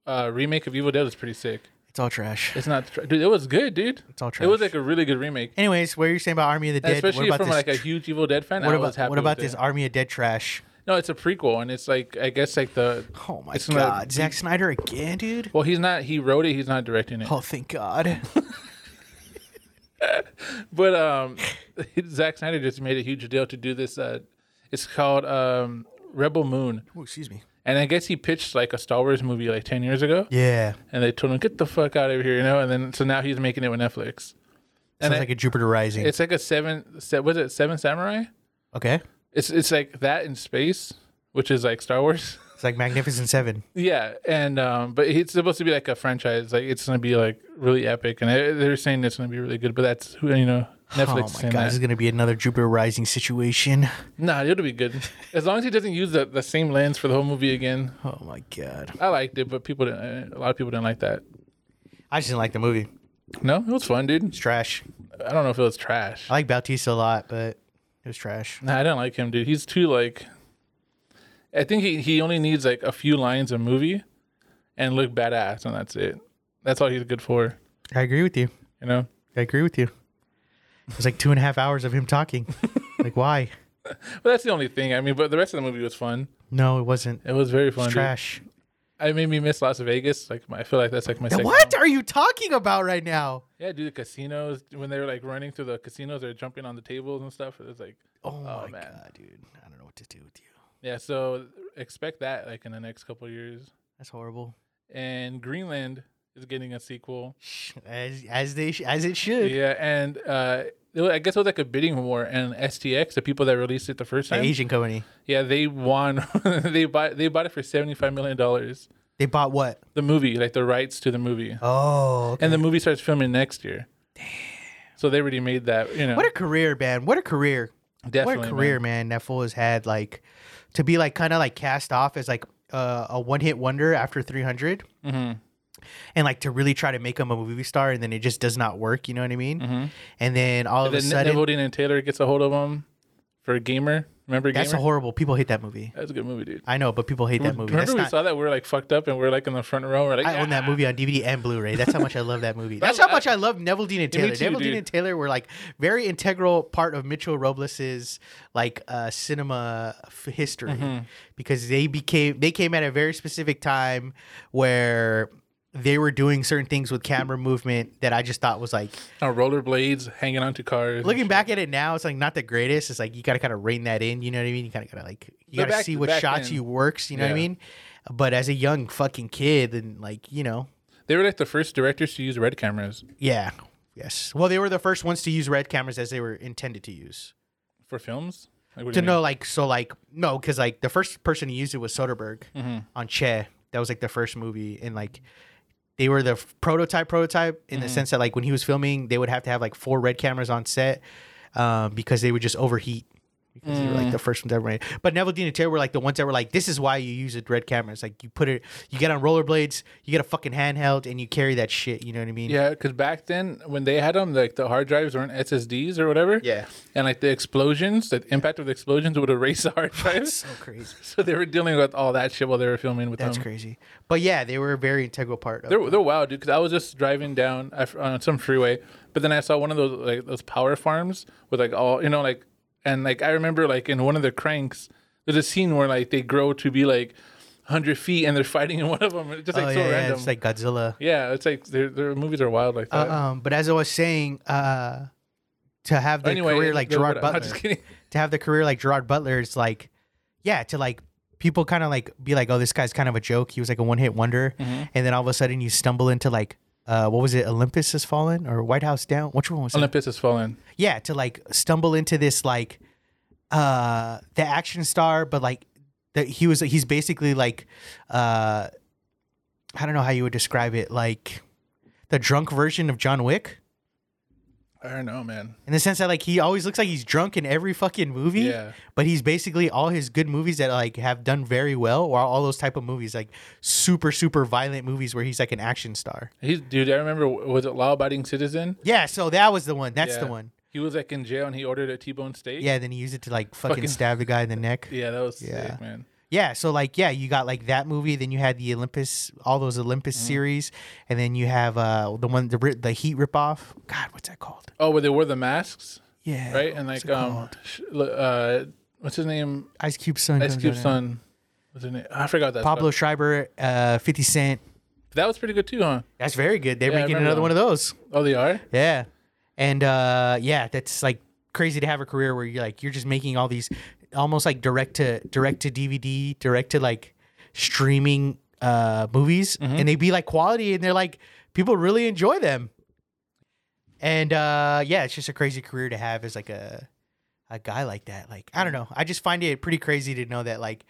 S2: uh, remake of Evil Dead was pretty sick.
S1: It's all trash.
S2: It's not, dude. It was good, dude.
S1: It's all trash.
S2: It was like a really good remake,
S1: Anyways, what are you saying about Army of the
S2: And
S1: Dead?
S2: especially
S1: what about
S2: from
S1: this?
S2: like a
S1: tr-
S2: huge Evil Dead fan.
S1: what
S2: I was
S1: about
S2: happy.
S1: what about
S2: with
S1: this
S2: it.
S1: Army of Dead trash?
S2: No, it's a prequel, and it's like I guess like the.
S1: Oh my
S2: It's not-
S1: god, Zack Snyder again, dude.
S2: Well, he's not. He wrote it. He's not directing it.
S1: Oh, thank God.
S2: But um, [LAUGHS] Zack Snyder just made a huge deal to do this. Uh, it's called um, Rebel Moon,
S1: [LAUGHS] Ooh, excuse me.
S2: and I guess he pitched like a Star Wars movie like ten years ago.
S1: Yeah,
S2: and they told him get the fuck out of here, you know. And then so now he's making it with Netflix. And
S1: sounds
S2: I-
S1: like a Jupiter Rising.
S2: It's like a seven. Se- was it Seven Samurai?
S1: okay,
S2: It's it's like that in space, which is like Star Wars. [LAUGHS]
S1: it's like Magnificent Seven.
S2: yeah, and um, but it's supposed to be like a franchise. Like it's gonna be like really epic, and they- they're saying it's gonna be really good. But that's who you know. Netflix is
S1: oh my
S2: saying
S1: God, this is
S2: that.
S1: gonna be another Jupiter Rising situation.
S2: Nah, it'll be good as long as he doesn't use the, the same lens for the whole movie again.
S1: Oh my God,
S2: I liked it, but people didn't. A lot of people didn't like that.
S1: I just didn't like the movie.
S2: No, it was fun, dude.
S1: It's trash.
S2: I don't know if it was trash.
S1: I like Bautista a lot, but it was trash.
S2: Nah, I don't like him, dude. He's too like. I think he, he only needs like a few lines a movie, and look badass, and that's it. That's all he's good for,
S1: I agree with you.
S2: you know.
S1: I agree with you. It was like two and a half hours of him talking. like, why?
S2: But that's the only thing. I mean, but the rest of the movie was fun.
S1: No, it wasn't.
S2: It was very fun.
S1: It's
S2: dude.
S1: trash.
S2: I made me miss Las Vegas. Like my, I feel like that's like my second.
S1: What
S2: one.
S1: are you talking about right now?
S2: Yeah, dude. The casinos when they were like running through the casinos, they're jumping on the tables and stuff. It was like,
S1: Oh, my
S2: man.
S1: god, dude. I don't know what to do with you.
S2: yeah. So expect that like in the next couple years.
S1: That's horrible.
S2: And Greenland is getting a sequel.
S1: As as they sh- as it should.
S2: Yeah, and uh, it wa- I guess it was like a bidding war, and STX, the people that released it the first
S1: The
S2: time,
S1: Asian company.
S2: yeah, they won. [LAUGHS] they bought they bought it for seventy five million dollars.
S1: They bought what?
S2: The movie, like the rights to the movie,
S1: Oh, okay.
S2: and the movie starts filming next year. Damn. So they already made that. You know,
S1: what a career, man. What a career.
S2: definitely
S1: what a
S2: man.
S1: career, man. That fool has had like to be like kind of like cast off as like uh, a one hit wonder after 300
S2: Mm-hmm.
S1: and like to really try to make him a movie star and then it just does not work. You know what I mean? And then all of a
S2: Then
S1: sudden,
S2: Nickelodeon Mm-hmm. and Taylor gets a hold of him for Gamer. Remember Gamer?
S1: that's a horrible. People hate that movie.
S2: That's a good movie, dude.
S1: I know, but people hate that movie.
S2: Remember
S1: That's
S2: we
S1: not,
S2: saw that we were like fucked up and we are like in the front row. We're like,
S1: I own that
S2: "Ah."
S1: movie on DVD and Blu-ray. That's how much I love that
S2: [LAUGHS]
S1: movie. That's how much I love Neville Dean and
S2: me
S1: Taylor.
S2: too,
S1: Neville Dean
S2: dude.
S1: and Taylor were like very integral part of Mitchell Robles's like uh, cinema f- history
S2: Mm-hmm.
S1: because they became they came at a very specific time where they were doing certain things with camera movement that I just thought was like
S2: Uh, rollerblades hanging onto cars.
S1: looking back at it now it's like not the greatest it's like you gotta kind of rein that in you know what i mean you kind of gotta like you
S2: But
S1: gotta
S2: back-
S1: see what
S2: back
S1: shots
S2: then-
S1: you works you know what i
S2: Yeah.
S1: mean but as a young fucking kid and like you know
S2: They were like the first directors to use red cameras
S1: yeah yes well they were the first ones to use red cameras as they were intended to use
S2: for films. Like, what do
S1: to
S2: you mean?
S1: know like so like no because like the first person who used it was soderbergh on che that was like the first movie and like they were the f- prototype prototype in the sense that like when he was filming they would have to have like four red cameras on set um, because they would just overheat because they were like the first ones that ever made. But Neville Dean and Terry were like the ones that were like, this is why you use a red camera. It's like you put it, you get on rollerblades, you get a fucking handheld, and you carry that shit. You know what I mean? [LAUGHS]
S2: Yeah, because back then when they had them, like the hard drives weren't SSDs or whatever.
S1: Yeah.
S2: and like the explosions, the impact of the explosions would erase the hard [LAUGHS] drives.
S1: So crazy.
S2: so they were dealing with all that shit while they were filming with
S1: That's
S2: them.
S1: crazy. But yeah, they were a very integral part of.
S2: They're, they're wild, dude. Because I Um, was just driving down I f- on some freeway, but then I saw one of those like those power farms with like all you know like, and like I remember like in one of their cranks, there's a scene where like they grow to be like hundred feet and they're fighting in one of them. It's just like
S1: oh
S2: so
S1: yeah, yeah,
S2: random.
S1: it's like Godzilla.
S2: yeah, it's like their their movies are wild like that.
S1: Uh, um, but as I was saying, uh, to have the
S2: Anyway,
S1: career like
S2: they're
S1: Gerard
S2: wild. I'm
S1: Butler,
S2: just kidding.
S1: to have the career like Gerard Butler is like, yeah, to like people kind of like be like, oh, this guy's kind of a joke. He was like a one hit wonder,
S2: Mm-hmm.
S1: and then all of a sudden you stumble into like, uh, what was it? Olympus has fallen or White House down? Which one was it?
S2: [LAUGHS] Olympus has fallen.
S1: yeah to like stumble into this like uh the action star but like that he was he's basically like uh i don't know how you would describe it like the drunk version of john wick
S2: I don't know, man.
S1: in the sense that like he always looks like he's drunk in every fucking movie
S2: Yeah.
S1: but he's basically all his good movies that like have done very well or all those type of movies like super super violent movies where he's like an action star
S2: He's dude. I remember was it Law Abiding Citizen?
S1: yeah so that was the one that's the
S2: Yeah.
S1: one
S2: He was like in jail and he ordered a T-bone steak.
S1: yeah then he used it to like fucking,
S2: Fucking-
S1: stab the guy in the neck
S2: yeah, that was
S1: Yeah.
S2: sick, man.
S1: Yeah, so like yeah, you got like that movie, then you had the Olympus, all those Olympus
S2: Mm-hmm.
S1: series, and then you have uh the one the ri- the Heat ripoff. God, what's that called?
S2: Oh, where they wore the masks,
S1: Yeah,
S2: right? And
S1: what's
S2: like
S1: it
S2: um,
S1: called?
S2: sh- l- uh, what's his name?
S1: Ice Cube son,
S2: Ice
S1: comes
S2: Cube's
S1: out now.
S2: son. What's his name? I forgot that.
S1: Pablo Schreiber, uh, Fifty Cent.
S2: That was pretty good too, huh?
S1: That's very good. They're
S2: Yeah, I
S1: making
S2: remember
S1: another
S2: that
S1: one of those.
S2: Oh, they are.
S1: Yeah, and uh yeah, that's like crazy to have a career where you're like you're just making all these almost like direct to direct to DVD, direct to like streaming uh movies, and they be like quality, and they're like people really enjoy them. And uh yeah, it's just a crazy career to have as like a a guy like that. Like I don't know, I just find it pretty crazy to know that like.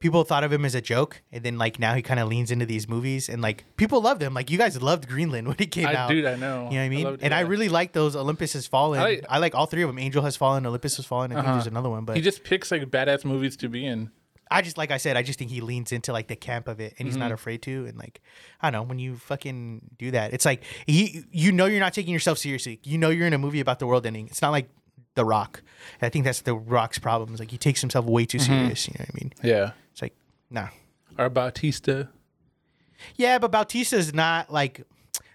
S1: People thought of him as a joke, and then like now he kind of leans into these movies, and like people loved him. Like you guys loved Greenland [LAUGHS] when he came
S2: I
S1: out.
S2: dude, I know.
S1: You know what I mean?
S2: loved-
S1: and I
S2: yeah.
S1: really like those Olympus Has Fallen.
S2: I
S1: I like,
S2: like-
S1: all three of them. Angel Has Fallen, Olympus Has Fallen. I think there's another one, but
S2: He just picks like badass movies to be in.
S1: I just like I said, I just think he leans into like the camp of it, and he's not
S2: Mm-hmm.
S1: afraid to. And like I don't know, when you fucking do that, it's like you you know you're not taking yourself seriously. You know you're in a movie about the world ending. It's not like The Rock. And I think that's The Rock's problem. Is like he takes himself way too
S2: Mm-hmm.
S1: serious. You know what I mean?
S2: Yeah.
S1: It's like nah.
S2: Or Bautista.
S1: Yeah, but Bautista's not like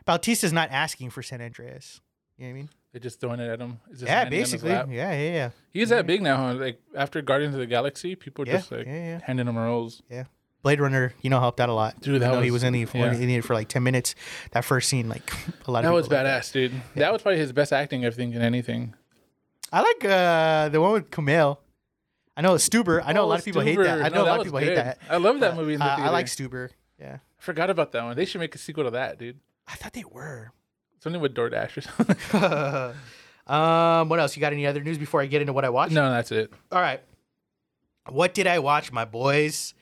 S1: Bautista's not asking for San Andreas. You know what I mean?
S2: They just throwing it at him. It's just
S1: Yeah,
S2: landing on his
S1: basically. Yeah,
S2: lap.
S1: yeah, yeah.
S2: He's that big now. Huh? Like after Guardians of the Galaxy, people
S1: Yeah,
S2: just like
S1: yeah, yeah.
S2: handing him roles.
S1: Yeah. Blade Runner, you know, helped out a lot.
S2: Dude, that
S1: Even though he was
S2: was-
S1: in, it for,
S2: yeah.
S1: in it for like 10 minutes. That first scene, like, [LAUGHS] a lot of
S2: That
S1: people
S2: was
S1: like-
S2: badass, dude. That was probably his best acting, I think, in anything.
S1: I like uh, the one with Kumail. I know Stuber. I know a lot of people hate that.
S2: Stuber.
S1: I know
S2: Oh, No,
S1: a lot
S2: was
S1: of people
S2: good.
S1: hate that.
S2: I love that movie. In the
S1: Uh, I
S2: theater.
S1: like Stuber. Yeah.
S2: Forgot about that one. They should make a sequel to that, dude.
S1: I thought they were. [LAUGHS]
S2: Something with DoorDash or [LAUGHS] something.
S1: um, what else? You got any other news before I get into what I watched?
S2: no, that's it.
S1: All right. What did I watch, my boys?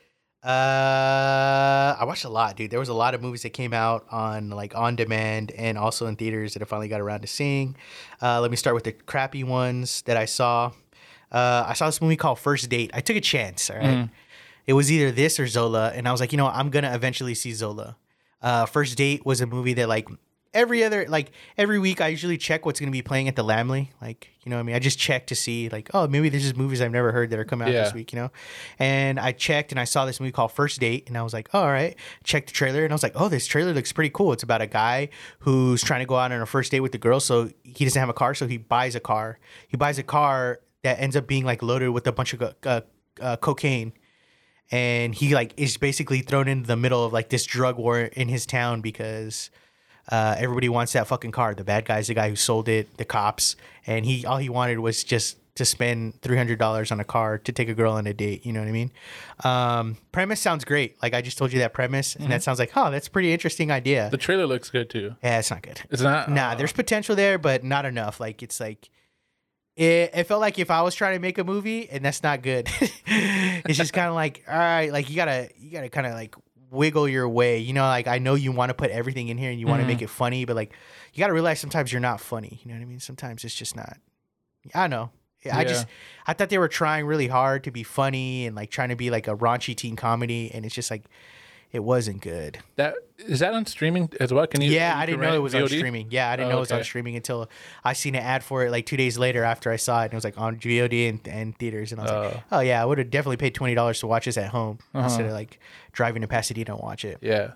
S1: Uh, I watched a lot, dude. There was a lot of movies that came out on like on demand and also in theaters that I finally got around to seeing. Uh, let me start with the crappy ones that I saw. Uh, I saw this movie called First Date. I took a chance. All right, it was either this or Zola, and I was like, you know, what? I'm gonna eventually see Zola. Uh, First Date was a movie that like every other like every week I usually check what's gonna be playing at the Lamley. Like you know, what I mean, I just check to see like oh maybe there's just movies I've never heard that are coming out
S2: Yeah.
S1: this week, you know. And I checked and I saw this movie called First Date, and I was like, oh, all right, check the trailer, and I was like, oh, this trailer looks pretty cool. It's about a guy who's trying to go out on a first date with the girl, so he doesn't have a car, so he buys a car. He buys a car that ends up being like loaded with a bunch of uh, uh, cocaine and he like is basically thrown into the middle of like this drug war in his town because uh, everybody wants that fucking car. The bad guy's the guy who sold it, the cops, and he all he wanted was just to spend three hundred dollars on a car to take a girl on a date. You know what I mean? Um, premise sounds great. Like I just told you that premise, and that sounds like, oh, that's a pretty interesting idea.
S2: The trailer looks good too.
S1: yeah, it's not good.
S2: It's not. uh,
S1: Nah, there's potential there, but not enough. Like it's like it, it felt like if I was trying to make a movie and that's not good. [LAUGHS] it's just kind of like all right, like you gotta you gotta kind of like wiggle your way. You know, like I know you want to put everything in here and you want to make it funny, but like you gotta realize sometimes you're not funny. You know what I mean? Sometimes it's just not. I don't know. It- I
S2: Yeah.
S1: just I thought they were trying really hard to be funny and like trying to be like a raunchy teen comedy, and it's just like it wasn't good.
S2: That is that on streaming as well? Can you?
S1: Yeah,
S2: you
S1: I
S2: can
S1: didn't know
S2: rent
S1: it was on
S2: VOD?
S1: streaming. Yeah, I didn't
S2: Oh,
S1: know it was on
S2: okay.
S1: streaming until I seen an ad for it like two days later after I saw it, and it was like on VOD and, and theaters, and I was like,
S2: Uh.
S1: oh yeah, I would have definitely paid twenty dollars to watch this at home
S2: Uh-huh.
S1: instead of like driving to Pasadena and watch it.
S2: Yeah.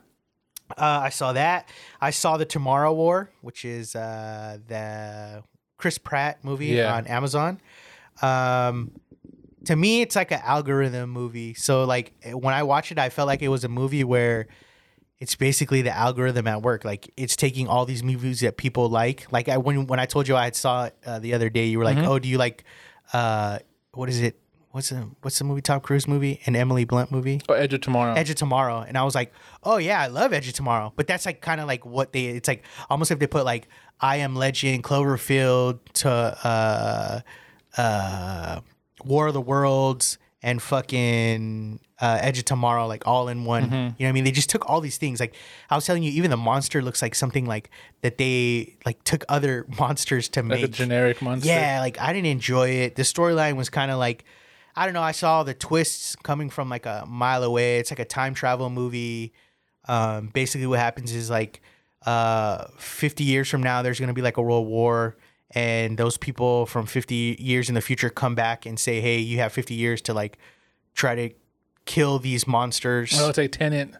S1: Uh, I saw that. I saw the Tomorrow War, which is uh, the Chris Pratt movie
S2: Yeah.
S1: on Amazon. Um, to me, it's like an algorithm movie. So, like when I watched it, I felt like it was a movie where it's basically the algorithm at work. Like it's taking all these movies that people like. Like I when when I told you I had saw it uh, the other day, you were like, "Oh, do you like uh, what is it? What's the what's the movie? Tom Cruise movie and Emily Blunt movie?
S2: Oh, Edge of Tomorrow.
S1: Edge of Tomorrow, and I was like, oh yeah, I love Edge of Tomorrow. But that's like kind of like what they. It's like almost if they put like I Am Legend, Cloverfield to uh, uh, War of the Worlds and fucking uh, Edge of Tomorrow, like all in one. You know what I mean? They just took all these things. Like I was telling you, even the monster looks like something like that. They like took other [LAUGHS] monsters to
S2: like a
S1: make.
S2: generic monster.
S1: Yeah, like I didn't enjoy it. The storyline was kind of like, I don't know. I saw the twists coming from like a mile away. It's like a time travel movie. Um, basically, what happens is like uh, 50 years from now, there's going to be like a world war. And those people from 50 years in the future come back and say, hey, you have 50 years to like try to kill these monsters.
S2: Oh, it's like Tenant.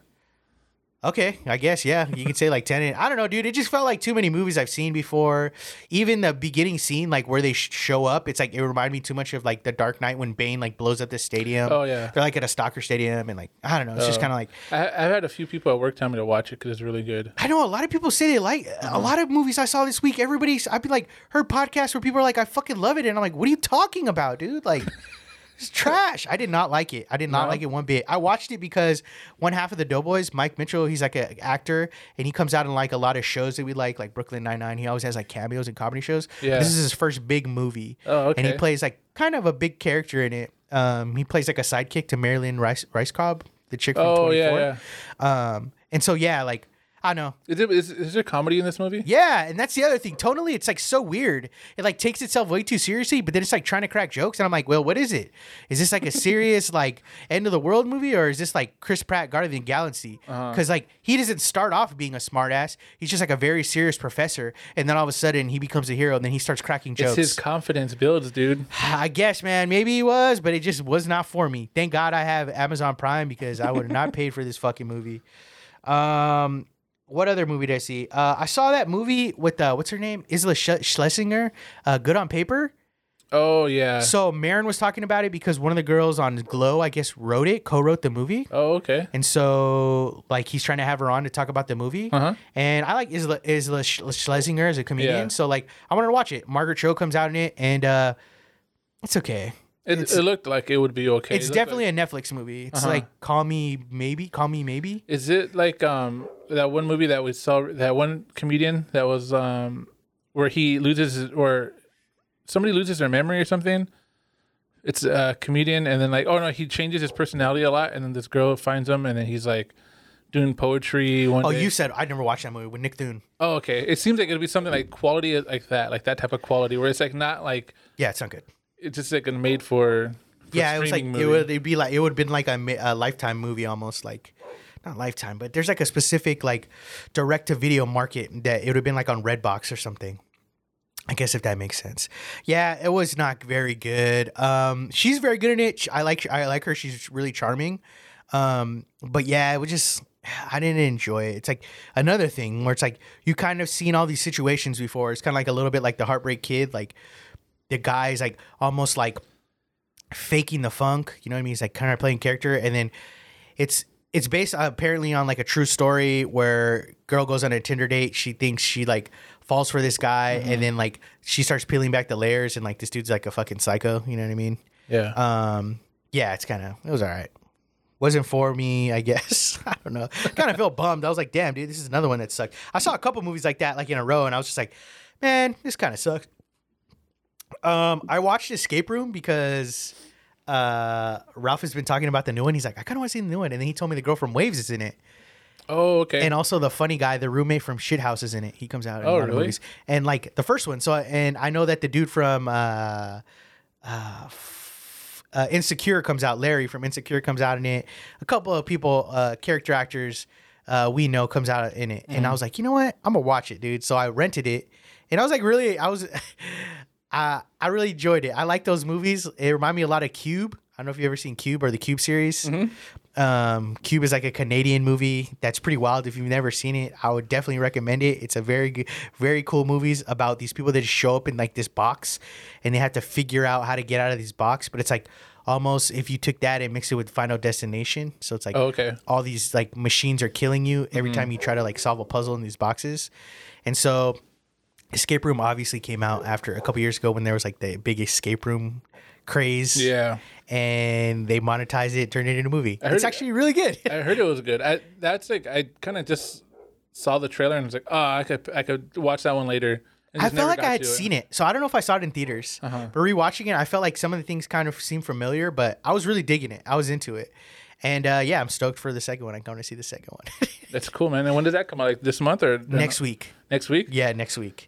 S1: Okay, I guess yeah, you could say like Tenet. I don't know, dude. It just felt like too many movies I've seen before. Even the beginning scene, like where they sh- show up, it's like it reminded me too much of like The Dark Knight when Bane like blows up the stadium.
S2: Oh, yeah. Oh.
S1: they're like at a soccer stadium and like I don't know. It's just kind of like
S2: I, I've had a few people at work tell me to watch it because it's really good.
S1: I know a lot of people say they like a
S2: Mm-hmm.
S1: lot of movies I saw this week. Everybody's I've been like heard podcasts where people are like I fucking love it, and I'm like, what are you talking about, dude? Like. [LAUGHS] It's trash. I did not like it. I did not
S2: No?
S1: like it one bit. I watched it because one half of the Doughboys, Mike Mitchell, he's like an actor, and he comes out in like a lot of shows that we like, like Brooklyn Nine Nine. He always has like cameos in comedy shows.
S2: Yeah.
S1: This is his first big movie,
S2: Oh, okay.
S1: and he plays like kind of a big character in it. Um, he plays like a sidekick to Marilyn Rice Rice Cobb, the chick from
S2: Oh,
S1: Twenty
S2: yeah,
S1: Four.
S2: yeah.
S1: Um, and so yeah, like I don't know.
S2: Is, it, is, is there comedy in this movie?
S1: Yeah, and that's the other thing. Tonally, it's like so weird. It like takes itself way too seriously, but then it's like trying to crack jokes, and I'm like, well, what is it? Is this
S2: [LAUGHS]
S1: like a serious like end of the world movie, or is this like Chris Pratt Guardian of the Galaxy?
S2: Uh-huh.
S1: Because like he doesn't start off being a smartass. He's just like a very serious professor, and then all of a sudden he becomes a hero, and then he starts cracking jokes.
S2: It's his confidence builds, dude.
S1: [SIGHS] I guess, man, maybe he was, but it just was not for me. Thank God I have Amazon Prime because I would have not paid for this fucking movie. Um, what other movie did I see? Uh, I saw that movie with uh, what's her name, Isla Sch- Schlesinger, uh, Good on Paper.
S2: Oh, yeah.
S1: So Marin was talking about it because one of the girls on Glow, I guess, wrote it, co-wrote the movie.
S2: oh, okay.
S1: And so, like, he's trying to have her on to talk about the movie.
S2: Uh-huh.
S1: And I like Isla, Isla Sch- Schlesinger as a comedian.
S2: Yeah.
S1: So, like, I wanted to watch it. Margaret Cho comes out in it, and uh, it's okay.
S2: It, it looked like it would be okay.
S1: It's
S2: It looked like-
S1: definitely a Netflix movie. It's like Call Me Maybe, Call Me Maybe.
S2: Is it like um that one movie that we saw that one comedian that was um where he loses his- or somebody loses their memory or something? It's a comedian and then like oh no he changes his personality a lot and then this girl finds him and then he's like doing poetry one
S1: Oh,
S2: day.
S1: you said I never watched that movie with Nick Thune.
S2: oh okay it seems like it'll be something like quality like that like that type of quality where it's like not like
S1: Yeah, it's not good.
S2: it's just like a made for, for
S1: yeah, it was like
S2: streaming
S1: it
S2: movie.
S1: would it'd be like it would have been like a, mi- a lifetime movie almost like not lifetime, but there's like a specific like direct to video market that it would have been like on Redbox or something. I guess if that makes sense. Yeah, it was not very good. Um, she's very good in it. Sh- I like I like her. She's really charming. Um, but yeah, it was just I didn't enjoy it. It's like another thing where it's like you kind of seen all these situations before. It's kind of like a little bit like the Heartbreak Kid. Like the guy's like almost like faking the funk. You know what I mean? He's like kind of playing character, and then it's it's based uh, apparently on like a true story where girl goes on a Tinder date. She thinks she like falls for this guy, and then like she starts peeling back the layers, and like this dude's like a fucking psycho. You know what I mean?
S2: yeah
S1: Um, yeah, it's kind of it was all right. Wasn't for me, I guess. [LAUGHS] I don't know. Kind of felt bummed. I was like, damn, dude, this is another one that sucked. I saw a couple movies like that, like in a row, and I was just like, man, this kind of sucks. Um, I watched Escape Room because uh Ralph has been talking about the new one. He's like, I kind of want to see the new one, and then he told me the girl from Waves is in it,
S2: oh okay
S1: and also the funny guy, the roommate from Shithouse is in it. He comes out. In
S2: Oh,
S1: a lot of
S2: really?
S1: movies. And like the first one, so and I know that the dude from uh uh, f- uh, Insecure comes out. Larry from Insecure comes out in it. A couple of people, uh, character actors uh, we know comes out in it. And I was like, you know what? I'm gonna watch it, dude. So I rented it, and I was like, really, I was, [LAUGHS] I Uh, I really enjoyed it. I like those movies. It reminded me a lot of Cube. I don't know if you've ever seen Cube or the Cube series. Um, Cube is like a Canadian movie that's pretty wild. If you've never seen it, I would definitely recommend it. It's a very good, very cool movies about these people that just show up in like this box and they have to figure out how to get out of this box. But it's like almost if you took that and mixed it with Final Destination. So it's like
S2: Oh, okay.
S1: all these like machines are killing you every
S2: Mm-hmm.
S1: time you try to like solve a puzzle in these boxes. And so Escape Room obviously came out after a couple years ago when there was like the big escape room craze.
S2: Yeah.
S1: And they monetized it, turned it into a movie.
S2: heard
S1: It's
S2: it-
S1: actually really good.
S2: I heard it was good. I that's like I kind of just saw the trailer and was like, oh, I could I could watch that one later.
S1: [LAUGHS]
S2: And
S1: I felt
S2: just never
S1: like
S2: got
S1: I had
S2: to Uh-huh.
S1: seen it. So I don't know if I saw it in theaters. But rewatching it, I felt like some of the things kind of seemed familiar, but I was really digging it. I was into it. And uh, yeah, I'm stoked for the second one. I'm going to see the second one [LAUGHS]
S2: That's cool, man. And when does that come out? Like this month or
S1: next week.
S2: next week?
S1: Yeah, next week.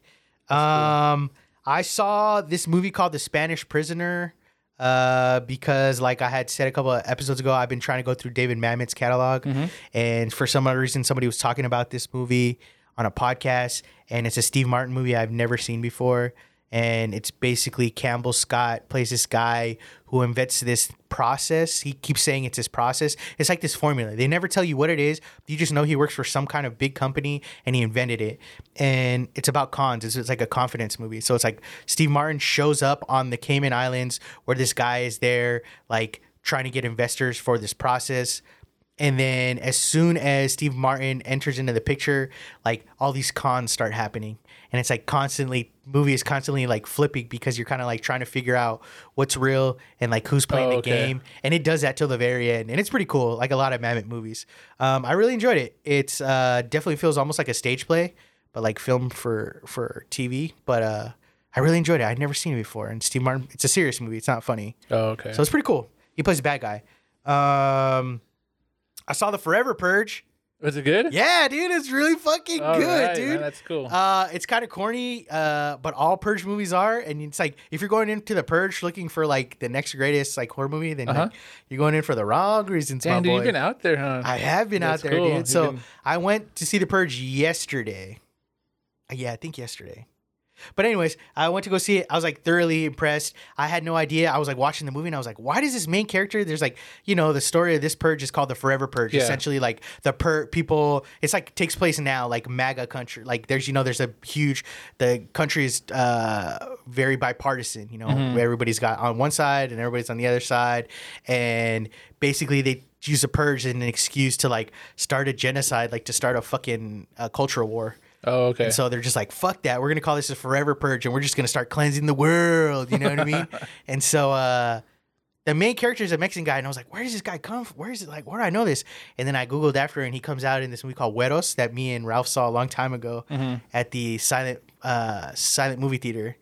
S1: Um, I saw this movie called The Spanish Prisoner uh because like i had said a couple of episodes ago i've been trying to go through david mamet's catalog and for some other reason somebody was talking about this movie on a podcast and it's a steve martin movie i've never seen before and it's basically campbell scott plays this guy who invents this process he keeps saying it's his process it's like this formula they never tell you what it is you just know he works for some kind of big company and he invented it and it's about cons it's, it's like a confidence movie so it's like steve martin shows up on the cayman islands where this guy is there like trying to get investors for this process and then as soon as Steve Martin enters into the picture, like all these cons start happening. And it's like constantly movie is constantly like flipping because you're kind of like trying to figure out what's real and like who's playing
S2: Oh,
S1: the
S2: okay.
S1: game. And it does that till the very end. And it's pretty cool, like a lot of Mamet movies. Um, I really enjoyed it. It's uh definitely feels almost like a stage play, but like film for for TV. But uh I really enjoyed it. I'd never seen it before. And Steve Martin, it's a serious movie, it's not funny.
S2: Oh, okay.
S1: So it's pretty cool. He plays a bad guy. Um, I saw the Forever Purge.
S2: was it good?
S1: Yeah, dude, it's really fucking
S2: All
S1: good,
S2: right, man,
S1: dude.
S2: that's cool.
S1: Uh, it's kind of corny, uh, but all Purge movies are, and it's like if you're going into the Purge looking for like the next greatest like horror movie, then like, you're going in for the wrong reasons,
S2: Uh-huh.
S1: my
S2: Damn, dude,
S1: boy.
S2: you've been out there, huh?
S1: I have been
S2: That's
S1: out there,
S2: cool.
S1: dude.
S2: You've
S1: So
S2: been-
S1: I went to see the Purge yesterday. Uh, Yeah, I think yesterday. But anyways, I went to go see it. I was like thoroughly impressed. I had no idea. I was like watching the movie and I was like, why does this main character? There's like, you know, the story of this purge is called the Forever Purge.
S2: Yeah.
S1: Essentially, like the per people. It's like takes place now, like MAGA country. Like there's, you know, there's a huge. The country is uh, very bipartisan. You know, where everybody's got on one side and everybody's on the other side, and basically they use a purge as an excuse to like start a genocide, like to start a fucking uh, cultural war.
S2: oh, okay.
S1: And [LAUGHS] so they're just like, fuck that. We're going to call this a forever purge and we're just going to start cleansing the world. You know what I mean? And so uh, the main character is a Mexican guy. And I was like, where does this guy come from? Where is it? Like, where do I know this? And then I Googled after and he comes out in this movie called Hueros that me and Ralph saw a long time ago at the silent, uh, silent movie theater.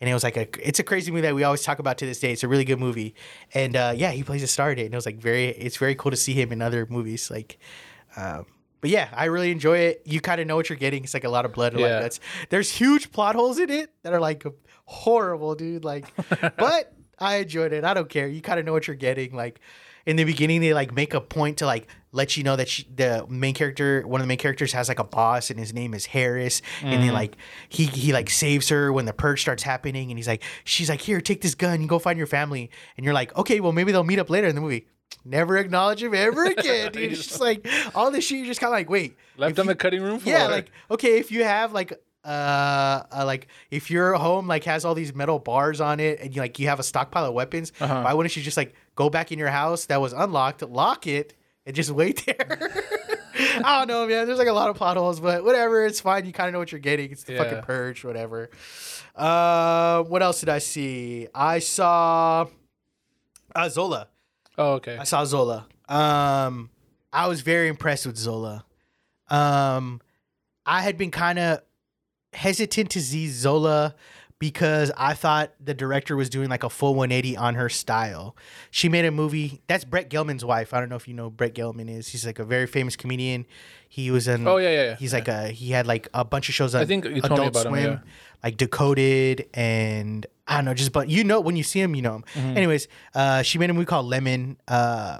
S1: And it was like a, it's a crazy movie that we always talk about to this day. It's a really good movie, and uh, yeah, he plays a star in it, and it was like very, it's very cool to see him in other movies. Like, um, but yeah, I really enjoy it. You kind of know what you're getting. It's like a lot of blood. and Like
S2: Yeah.
S1: that's there's huge plot holes in it that are like horrible, dude. Like, but I enjoyed it. I don't care. You kind of know what you're getting. Like in the beginning, they like make a point to like let you know that she, the main character, one of the main characters, has like a boss, and his name is Harris. And then like he he like saves her when the purge starts happening, and he's like, she's like, here, take this gun, you go find your family. And you're like, okay, well maybe they'll meet up later in the movie. Never acknowledge him ever again, dude. It's just like all this shit. You're just kind of like, wait,
S2: Left
S1: if
S2: on
S1: you-
S2: the cutting room floor.
S1: yeah, like okay, if you have like uh, uh like if your home like has all these metal bars on it and you like you have a stockpile of weapons,
S2: Uh-huh.
S1: why wouldn't you just like go back in your house that was unlocked, lock it, and just wait [LAUGHS] there? I don't know, man. There's like a lot of plot holes, but whatever, it's fine. You kind of know what you're getting. It's the
S2: Yeah.
S1: fucking purge, whatever. Uh, what else did I see? I saw uh, Zola.
S2: oh, okay.
S1: I saw Zola. Um, I was very impressed with Zola. Um, I had been kind of hesitant to see Zola because I thought the director was doing like a full 180 on her style. She made a movie. That's Brett Gelman's wife. I don't know if you know who Brett Gelman is. He's like a very famous comedian. He was in.
S2: Oh, yeah, yeah, yeah.
S1: He's like a. He had like a bunch of shows on.
S2: I think you told me
S1: Adult
S2: about him,
S1: Swim,
S2: yeah.
S1: like Decoded and I don't know, just but you know when you see him, you know him.
S2: Mm-hmm.
S1: Anyways, uh, she made a movie called Lemon. Uh,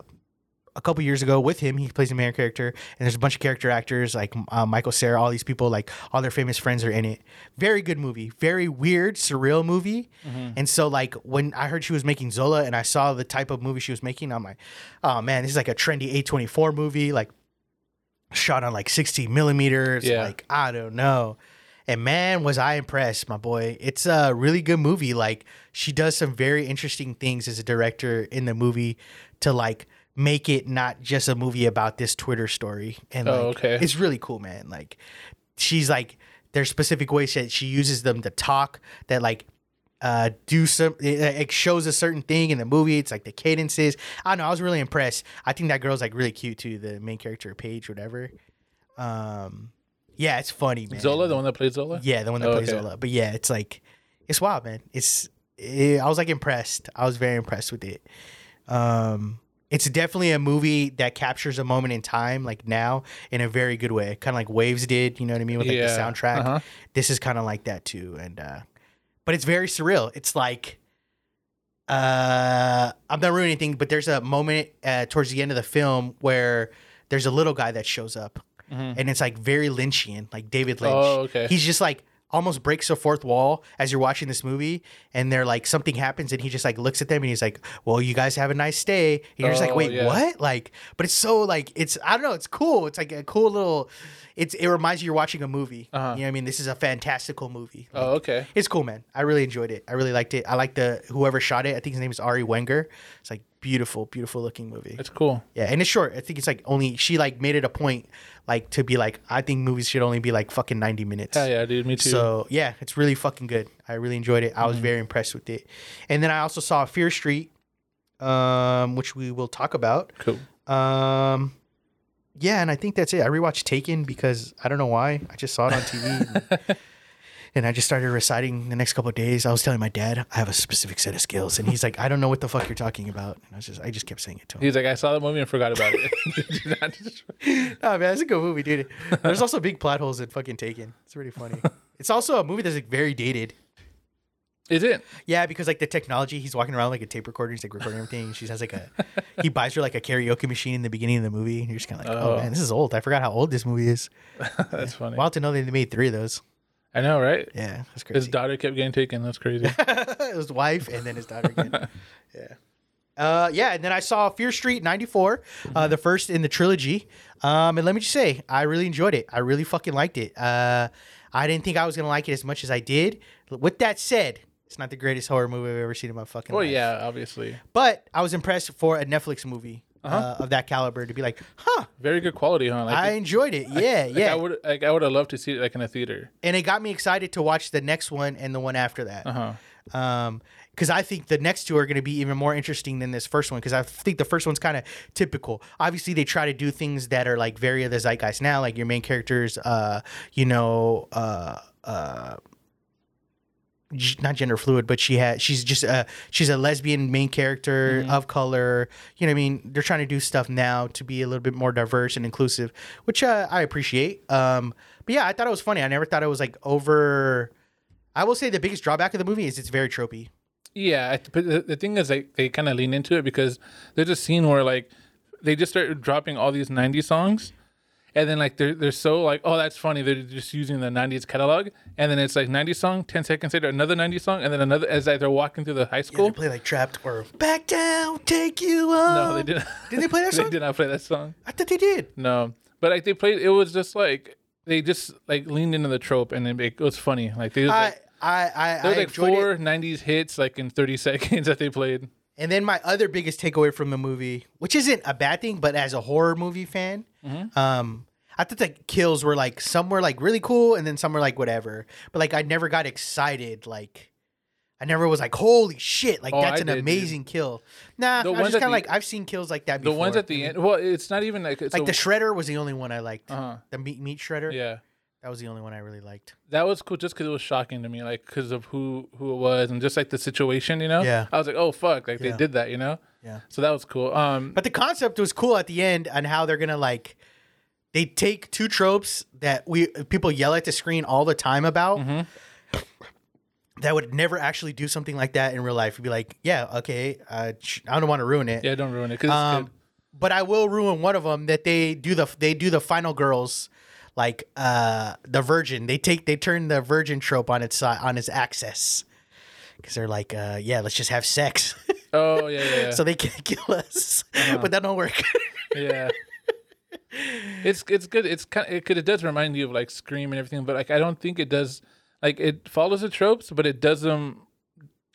S1: a couple years ago with him. He plays the main character, and there's a bunch of character actors like uh, Michael Sarah, all these people, like all their famous friends are in it. Very good movie, very weird, surreal movie. And so, like when I heard she was making Zola, and I saw the type of movie she was making, I'm like, oh man, this is like a trendy A24 movie, like shot on like 16 millimeters.
S2: Yeah.
S1: Like I don't know. And man, was I impressed, my boy. It's a really good movie. Like she does some very interesting things as a director in the movie to like make it not just a movie about this Twitter story. And like,
S2: Oh, okay.
S1: it's really cool, man. Like she's like there's specific ways that she uses them to talk that like uh, do some it, it shows a certain thing in the movie. It's like the cadences. I don't know. I was really impressed. I think that girl's like really cute too. The main character, Paige, whatever. Um, yeah, it's funny, man.
S2: Zola, the one that played Zola.
S1: Yeah, the one that
S2: Oh,
S1: plays
S2: okay.
S1: Zola. But yeah, it's like it's wild, man. It's it, I was like impressed. I was very impressed with it. Um it's definitely a movie that captures a moment in time, like now, in a very good way. Kind of like Waves did, you know what I mean, with like
S2: Yeah,
S1: the soundtrack.
S2: uh-huh.
S1: This is kind of like that too, and uh, but it's very surreal. It's like uh, I'm not ruining anything, but there's a moment uh, towards the end of the film where there's a little guy that shows up, and it's like very Lynchian, like David Lynch.
S2: Mm-hmm. Oh, okay.
S1: He's just like almost breaks the fourth wall as you're watching this movie, and they're like something happens, and he just like looks at them, and he's like, "Well, you guys have a nice day." And you're just like,
S2: Oh,
S1: "Wait,
S2: yeah.
S1: what?" Like, but it's so like it's I don't know, it's cool. It's like a cool little. It's it reminds you you're watching a movie. You know what I mean? This is a fantastical movie.
S2: Uh-huh. Oh, okay.
S1: It's cool, man. I really enjoyed it. I really liked it. I like the whoever shot it. I think his name is Ari Wenger. It's like beautiful, beautiful looking movie.
S2: That's cool.
S1: Yeah, and it's short. I think it's like only she like made it a point like to be like I think movies should only be like fucking ninety minutes.
S2: Hell yeah, dude. Me too. Mm-hmm.
S1: So yeah, it's really fucking good. I really enjoyed it. I was very impressed with it. And then I also saw Fear Street, um, which we will talk about.
S2: cool.
S1: Um, yeah, and I think that's it. I rewatched Taken because I don't know why. I just saw it on TV. and, and I just started reciting the next couple of days. I was telling my dad, I have a specific set of skills. And he's like, I don't know what the fuck you're talking about. And I was just I just kept saying it to him.
S2: He's like, I saw the movie and forgot about it. [LAUGHS] Did not-
S1: Oh man, that's a good movie, dude. There's also big plot holes in fucking Taken. It's really funny. it's also a movie that's like very dated.
S2: [LAUGHS] Is it?
S1: Yeah, because like the technology, he's walking around like a tape recorder. He's like recording everything. She has like a, he buys her like a karaoke machine in the beginning of the movie. And you're just kind of like, oh.
S2: Oh.
S1: man, this is old. I forgot how old this movie is.
S2: That's funny.
S1: Wild to know they made three of those.
S2: I know, right?
S1: Yeah, that's
S2: His
S1: crazy.
S2: daughter kept getting taken. That's
S1: [LAUGHS]
S2: crazy.
S1: his wife and then his daughter [LAUGHS] again. yeah. Uh, yeah, and then I saw Fear Street 94, uh, the first in the trilogy. Um, and let me just say, I really enjoyed it. I really fucking liked it. Uh, I didn't think I was going to like it as much as I did. With that said, it's not the greatest horror movie I've ever seen in my fucking
S2: well,
S1: life.
S2: yeah, obviously.
S1: But I was impressed for a Netflix movie uh of that caliber to be like, huh,
S2: Very good quality, huh? Like,
S1: I enjoyed [LAUGHS] it. Yeah,
S2: like,
S1: yeah.
S2: I would like I would have loved to see it like in a theater.
S1: and it got me excited to watch the next one and the one after that. Um, because I think the next two are going to be even more interesting than this first one. Because I think the first one's kind of typical. Obviously, they try to do things that are like very of the zeitgeist now, like your main characters, uh, you know, uh, uh, g- not gender fluid, but she had she's just a she's a lesbian main character of color. You know, what I mean, they're trying to do stuff now to be a little bit more diverse and inclusive, which uh, I appreciate. Um, but yeah, I thought it was funny. I never thought it was like over. I will say the biggest drawback of the movie is it's very tropey.
S2: Yeah, I- but the, the thing is, like, they kind of lean into it because there's a scene where like they just start dropping all these '90s songs, and then like they're they're so like, oh, that's funny. They're just using the '90s catalog, and then it's like '90s song, ten seconds later another '90s song, and then another as like, they're walking through the high
S1: They
S2: school.
S1: play like Trapped or Back Down, Take You On.
S2: no, they didn't.
S1: Did they play that
S2: [LAUGHS] they
S1: song?
S2: did not play that song.
S1: I thought they did.
S2: No, but like they played. It was just like they just like leaned into the trope, and it, it was funny. Like they was,
S1: I
S2: like,
S1: I I,
S2: there
S1: I
S2: was like
S1: enjoyed
S2: four
S1: it.
S2: '90s hits like in 30 [LAUGHS] seconds that they played.
S1: And then my other biggest takeaway from the movie, which isn't a bad thing, but as a horror movie fan,
S2: Mm-hmm.
S1: um, I thought the kills were like some were like really cool, and then some were like whatever. But like I never got excited. Like I never was like, holy shit! Like
S2: Oh,
S1: that's
S2: I
S1: an
S2: did, dude.
S1: amazing kill. Nah,
S2: The
S1: I was
S2: ones
S1: just
S2: at
S1: kind of
S2: the-
S1: like I've seen kills like that.
S2: The
S1: before.
S2: ones at the end. Well, it's not even like it's
S1: like
S2: a-
S1: the shredder was the only one I liked.
S2: Uh-huh.
S1: The meat meat shredder.
S2: Yeah,
S1: That was the only one I really liked.
S2: that was cool just because it was shocking to me, like because of who who it was and just like the situation, you know.
S1: Yeah.
S2: I was like, oh fuck, like
S1: Yeah.
S2: they did that, you know.
S1: Yeah.
S2: So that was cool. Um,
S1: But the concept was cool at the end on how they're gonna like they take
S2: Mm-hmm.
S1: two tropes that we people yell at the screen all the time about that would never actually do something like that in real life. You'd be like, yeah, okay, uh, sh- I don't want to ruin it.
S2: Yeah, don't ruin it because
S1: Um, but I will ruin one of them that they do the they do the final girls like uh the virgin they take they turn the virgin trope on its side on its axis because they're like uh yeah let's just have sex
S2: oh yeah, yeah, Uh-huh.
S1: [LAUGHS]
S2: yeah.
S1: so they can't kill us but that don't work [LAUGHS]
S2: yeah. It's it's good. It's kind of, it, 'cause it does remind you of like Scream and everything, but like I don't think it does. Like it follows the tropes, but it does them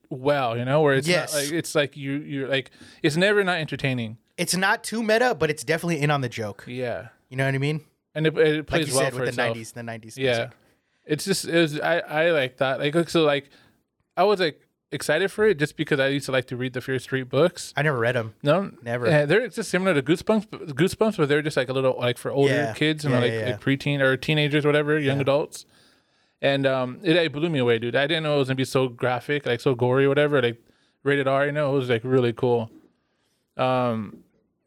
S2: well. You know, where it's
S1: Yes.
S2: not like it's like you you're like it's never not entertaining.
S1: it's not too meta but it's definitely in on the joke
S2: Yeah,
S1: you know what I mean
S2: and it, it
S1: like
S2: plays
S1: you
S2: well
S1: said
S2: for
S1: with the
S2: itself.
S1: nineties the nineties
S2: Yeah, it's just it was I I like that. Like so like I was like excited for it just because I used to like to read the Fear Street books.
S1: I never read them
S2: No,
S1: Never.
S2: Yeah, they're just similar to Goosebumps, Goosebumps, but they're just like a little like for older
S1: Yeah.
S2: kids and
S1: Yeah,
S2: like,
S1: yeah, yeah.
S2: like preteen or teenagers, whatever, young adults. And um, it, it blew me away, dude. I didn't know it was gonna be so graphic, like so gory, whatever, like rated R. You know, it was like really cool. Um,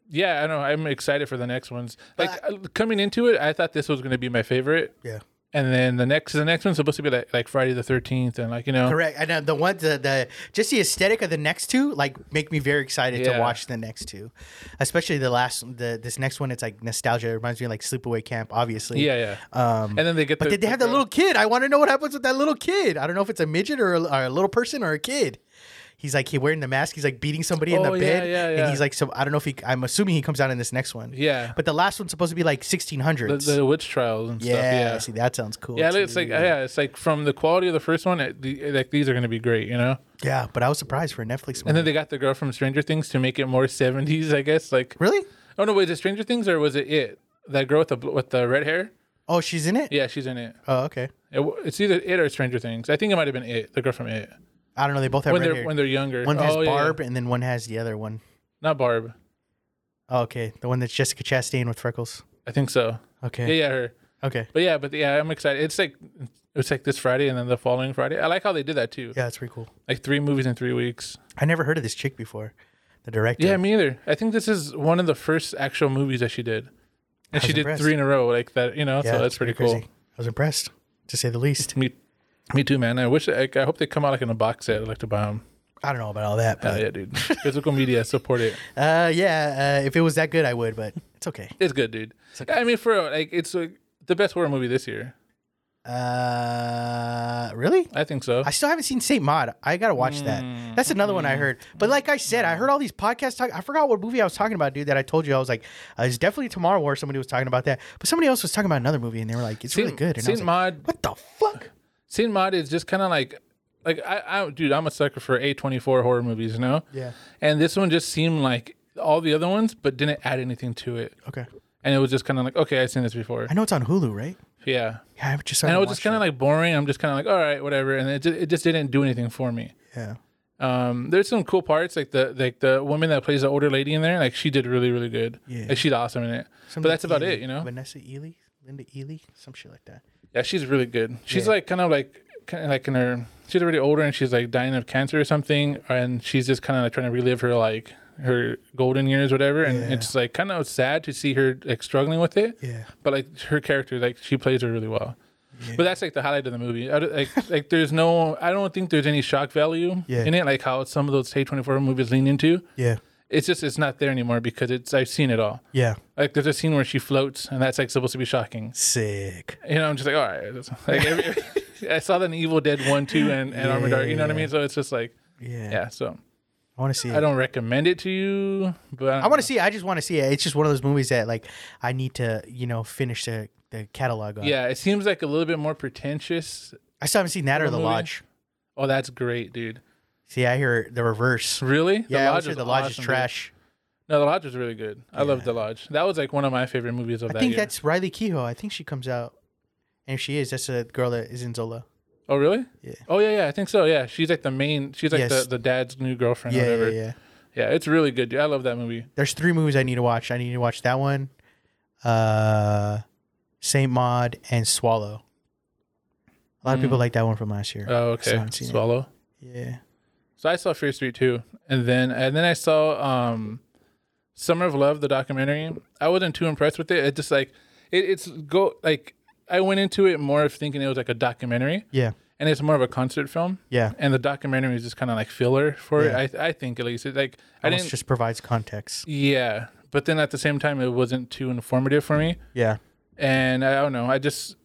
S2: yeah, I know. I'm excited for the next ones. Like uh, coming into it, I thought this was gonna be my favorite,
S1: yeah
S2: and then the next, the next one's supposed to be like like Friday the Thirteenth, and like you know,
S1: Correct. And uh, the one, the, the just the aesthetic of the next two, like make me very excited
S2: Yeah.
S1: to watch the next two, especially the last, the this next one. It's like nostalgia. It reminds me of like Sleepaway Camp, obviously.
S2: yeah, yeah.
S1: Um,
S2: and then they get.
S1: but
S2: the,
S1: did they have that little kid? I want to know what happens with that little kid. I don't know if it's a midget or a, or a little person or a kid. He's like he wearing the mask. He's like beating somebody in
S2: Oh,
S1: the
S2: yeah,
S1: bed,
S2: yeah, yeah.
S1: and he's like so. I don't know if he. I'm assuming he comes out in this next one.
S2: Yeah.
S1: But the last one's supposed to be like 1600s.
S2: the, the witch trials and
S1: yeah,
S2: stuff. Yeah,
S1: See, that sounds cool.
S2: Yeah,
S1: too.
S2: it's like yeah, it's like from the quality of the first one, it, the, like these are gonna be great, you know.
S1: yeah. But I was surprised for a Netflix.
S2: And
S1: movie.
S2: then they got the girl from Stranger Things to make it more seventies, I guess. Like,
S1: really?
S2: oh no, was it Stranger Things or was it it? That girl with the bl- with the red hair?
S1: Oh, she's in it.
S2: Yeah, she's in it.
S1: Oh, okay.
S2: It w- It's either it or Stranger Things. I think it might have been it, the girl from it.
S1: I don't know. They both have
S2: When
S1: red
S2: they're
S1: hair.
S2: when they're younger,
S1: one has
S2: Oh, yeah, yeah.
S1: Barb, and then one has the other one.
S2: not Barb.
S1: Oh, okay, the one that's Jessica Chastain with freckles.
S2: I think so. Yeah,
S1: Okay,
S2: yeah, her.
S1: okay,
S2: But yeah, but yeah, I'm excited. It's like it's like this Friday and then the following Friday. I like how they did that too.
S1: yeah, that's pretty cool.
S2: Like three movies in three weeks.
S1: I never heard of this chick before, the director.
S2: Yeah, me either. I think this is one of the first actual movies that she did, and
S1: was
S2: she did
S1: impressed.
S2: three in a row like that. You know, so that's pretty, cool.
S1: crazy. I was impressed, to say the least.
S2: Me, me too, man. I wish. I, I hope they come out like in a box set. I'd like to buy them.
S1: I don't know about all that,
S2: Hell
S1: but
S2: yeah, dude. [LAUGHS] Physical media support it.
S1: uh, yeah, uh, if it was that good, I would. But it's okay.
S2: It's good, dude. I mean, for real, like, it's like, the best horror movie this year.
S1: Uh, really?
S2: I think so.
S1: I still haven't seen Saint Maud. I gotta watch
S2: Mm,
S1: that. That's another
S2: mm-hmm.
S1: one I heard. But like I said, I heard all these podcasts talk. I forgot what movie I was talking about, dude. That I told you I was like, uh, it's definitely Tomorrow War. Somebody was talking about that, but somebody else was talking about another movie, and they were like, it's really
S2: Saint-
S1: good. And I was
S2: Saint
S1: like,
S2: Maud.
S1: what the fuck?
S2: Saint Maud is just kind of like, like I, I, dude, I'm a sucker for A24 horror movies. You know.
S1: Yeah.
S2: And this one just seemed like all the other ones, but didn't add anything to it.
S1: Okay.
S2: And it was just kind of like, okay, I've seen this before.
S1: I know it's on Hulu, right?
S2: Yeah.
S1: Yeah, I just
S2: and it was just kind of like boring. I'm just kind of like, all right, whatever. And it just, it just didn't do anything for me.
S1: yeah.
S2: Um, there's some cool parts, like the like the woman that plays the older lady in there, like she did really really good.
S1: Yeah.
S2: Like, she's awesome in it. but that's about it, you know.
S1: Vanessa Ely, Linda Ely, some shit like that.
S2: Yeah, she's really good. She's like kind of like kind of like in her. She's already older and she's like dying of cancer or something, and she's just kind of like trying to relive her like her golden years, whatever. And it's like kind of sad to see her like struggling with it.
S1: Yeah.
S2: but like her character, like she plays her really well. But that's like the highlight of the movie. I, don't- like, [LAUGHS] like there's no, I don't think there's any shock value
S1: Yeah.
S2: in it, like how some of those K twenty four movies lean into.
S1: Yeah.
S2: It's just it's not there anymore because it's I've seen it all.
S1: Yeah.
S2: Like there's a scene where she floats, and that's like supposed to be shocking.
S1: Sick.
S2: You know, I'm just like, all right. that's- Like
S1: [LAUGHS]
S2: every, I saw that in Evil Dead one, two, and, and Armored Dark. You know what I mean? So it's just like,
S1: Yeah.
S2: yeah. So
S1: I want to see. it.
S2: I don't recommend it to you, but
S1: I want to see. it. I just want to see it. It's just one of those movies that like I need to, you know, finish the the catalog on.
S2: Yeah, it seems like a little bit more pretentious.
S1: I still haven't seen that or The
S2: movie?
S1: Lodge.
S2: Oh, that's great, dude.
S1: See, I hear the reverse.
S2: Really? The
S1: yeah, I always hear
S2: was
S1: The Lodge
S2: awesome,
S1: is
S2: dude.
S1: trash.
S2: No, The Lodge was really good. I love The Lodge. That was like one of my favorite movies of
S1: I
S2: that
S1: think
S2: year.
S1: that's Riley Kehoe. I think she comes out, and if she is, that's a girl that is in Zola.
S2: oh, really?
S1: Yeah.
S2: Oh, yeah, yeah. I think so. Yeah. She's like the main, she's like
S1: Yes.
S2: the, the dad's new girlfriend or
S1: Yeah, yeah,
S2: whatever.
S1: yeah.
S2: yeah, it's really good, dude. I love that movie.
S1: There's three movies I need to watch. I need to watch that one, uh, Saint Maud, and Swallow. A
S2: Hmm.
S1: lot of people like that one from last year.
S2: Oh, okay.
S1: haven't seen it.
S2: Swallow.
S1: yeah.
S2: So I saw Fear Street too, and then and then I saw um, Summer of Love, the documentary. I wasn't too impressed with it. It just like it, it's go like I went into it more of thinking it was like a documentary,
S1: Yeah.
S2: and it's more of a concert film.
S1: Yeah.
S2: And the documentary is just kind of like filler for
S1: Yeah.
S2: it. I I think at least it, like I
S1: Almost
S2: didn't.
S1: just provides context.
S2: yeah, but then at the same time, it wasn't too informative for me.
S1: Yeah.
S2: and I don't know. I just,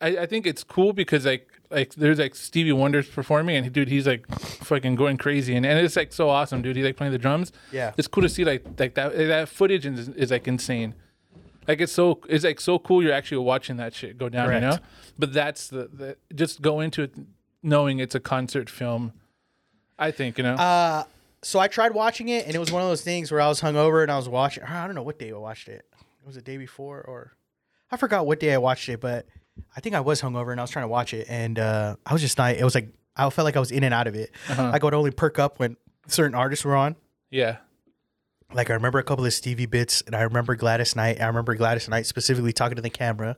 S2: I, I think it's cool because like like there's like Stevie Wonder's performing, and dude, he's like fucking going crazy, and, and it's like so awesome, dude. He's like playing the drums.
S1: Yeah.
S2: it's cool to see like like that that footage is, is like insane. Like it's so it's like so cool. You're actually watching that shit go down, you know.
S1: Correct.
S2: But that's the, the just go into it knowing it's a concert film. I think you know.
S1: Uh, so I tried watching it, and it was one of those things where I was hungover and I was watching. I don't know what day I watched it. It was the day before, or I forgot what day I watched it, but I think I was hungover and I was trying to watch it, and uh, I was just not. It was like I felt like I was in and out of it.
S2: Uh-huh.
S1: Like I would only perk up when certain artists were on.
S2: yeah,
S1: Like I remember a couple of Stevie bits, and I remember Gladys Knight. I remember Gladys Knight specifically talking to the camera,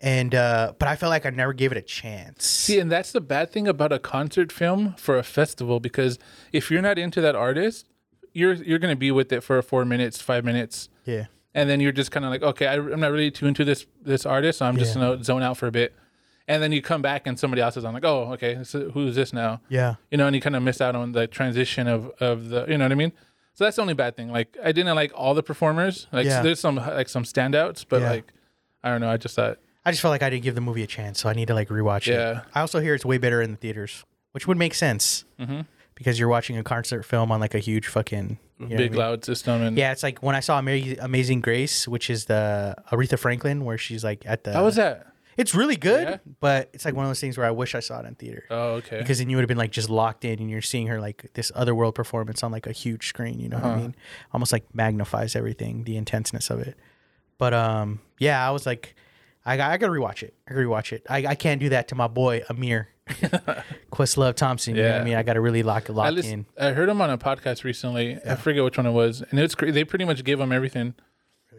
S1: and uh, but I felt like I never gave it a chance.
S2: See, and that's the bad thing about a concert film for a festival because if you're not into that artist, you're you're gonna be with it for four minutes, five minutes,
S1: yeah,
S2: and then you're just kind of like, okay, I, I'm not really too into this this artist, so I'm just gonna zone out for a bit, and then you come back and somebody else is on, like, oh, okay, so who's this now?
S1: yeah,
S2: You know, and you kind of miss out on the transition of of the, you know what I mean? So that's the only bad thing. Like, I didn't like all the performers. Like,
S1: Yeah.
S2: there's some like some standouts, but
S1: Yeah.
S2: like, I don't know. I just thought,
S1: I just felt like I didn't give the movie a chance, so I need to like rewatch
S2: Yeah.
S1: it. I also hear it's way better in the theaters, which would make sense
S2: Mm-hmm.
S1: because you're watching a concert film on like a huge fucking you know what I
S2: big
S1: mean?
S2: loud system, and
S1: Yeah, it's like when I saw Ama- Amazing Grace, which is the Aretha Franklin, where she's like at the.
S2: how was that?
S1: It's really good,
S2: Yeah?
S1: but it's like one of those things where I wish I saw it in theater
S2: Oh, okay.
S1: because then you would have been like just locked in and you're seeing her like this otherworld performance on like a huge screen you know
S2: Uh-huh.
S1: what i mean almost like magnifies everything the intenseness of it but um yeah i was like i, got- I gotta rewatch it i gotta rewatch it i, I can't do that to my boy
S2: [LAUGHS]
S1: amir questlove thompson you know what i
S2: Yeah.
S1: mean i gotta really lock lock
S2: I, listen-
S1: in
S2: I heard him on a podcast recently. I forget which one it was, and it's cra- they pretty much gave him everything.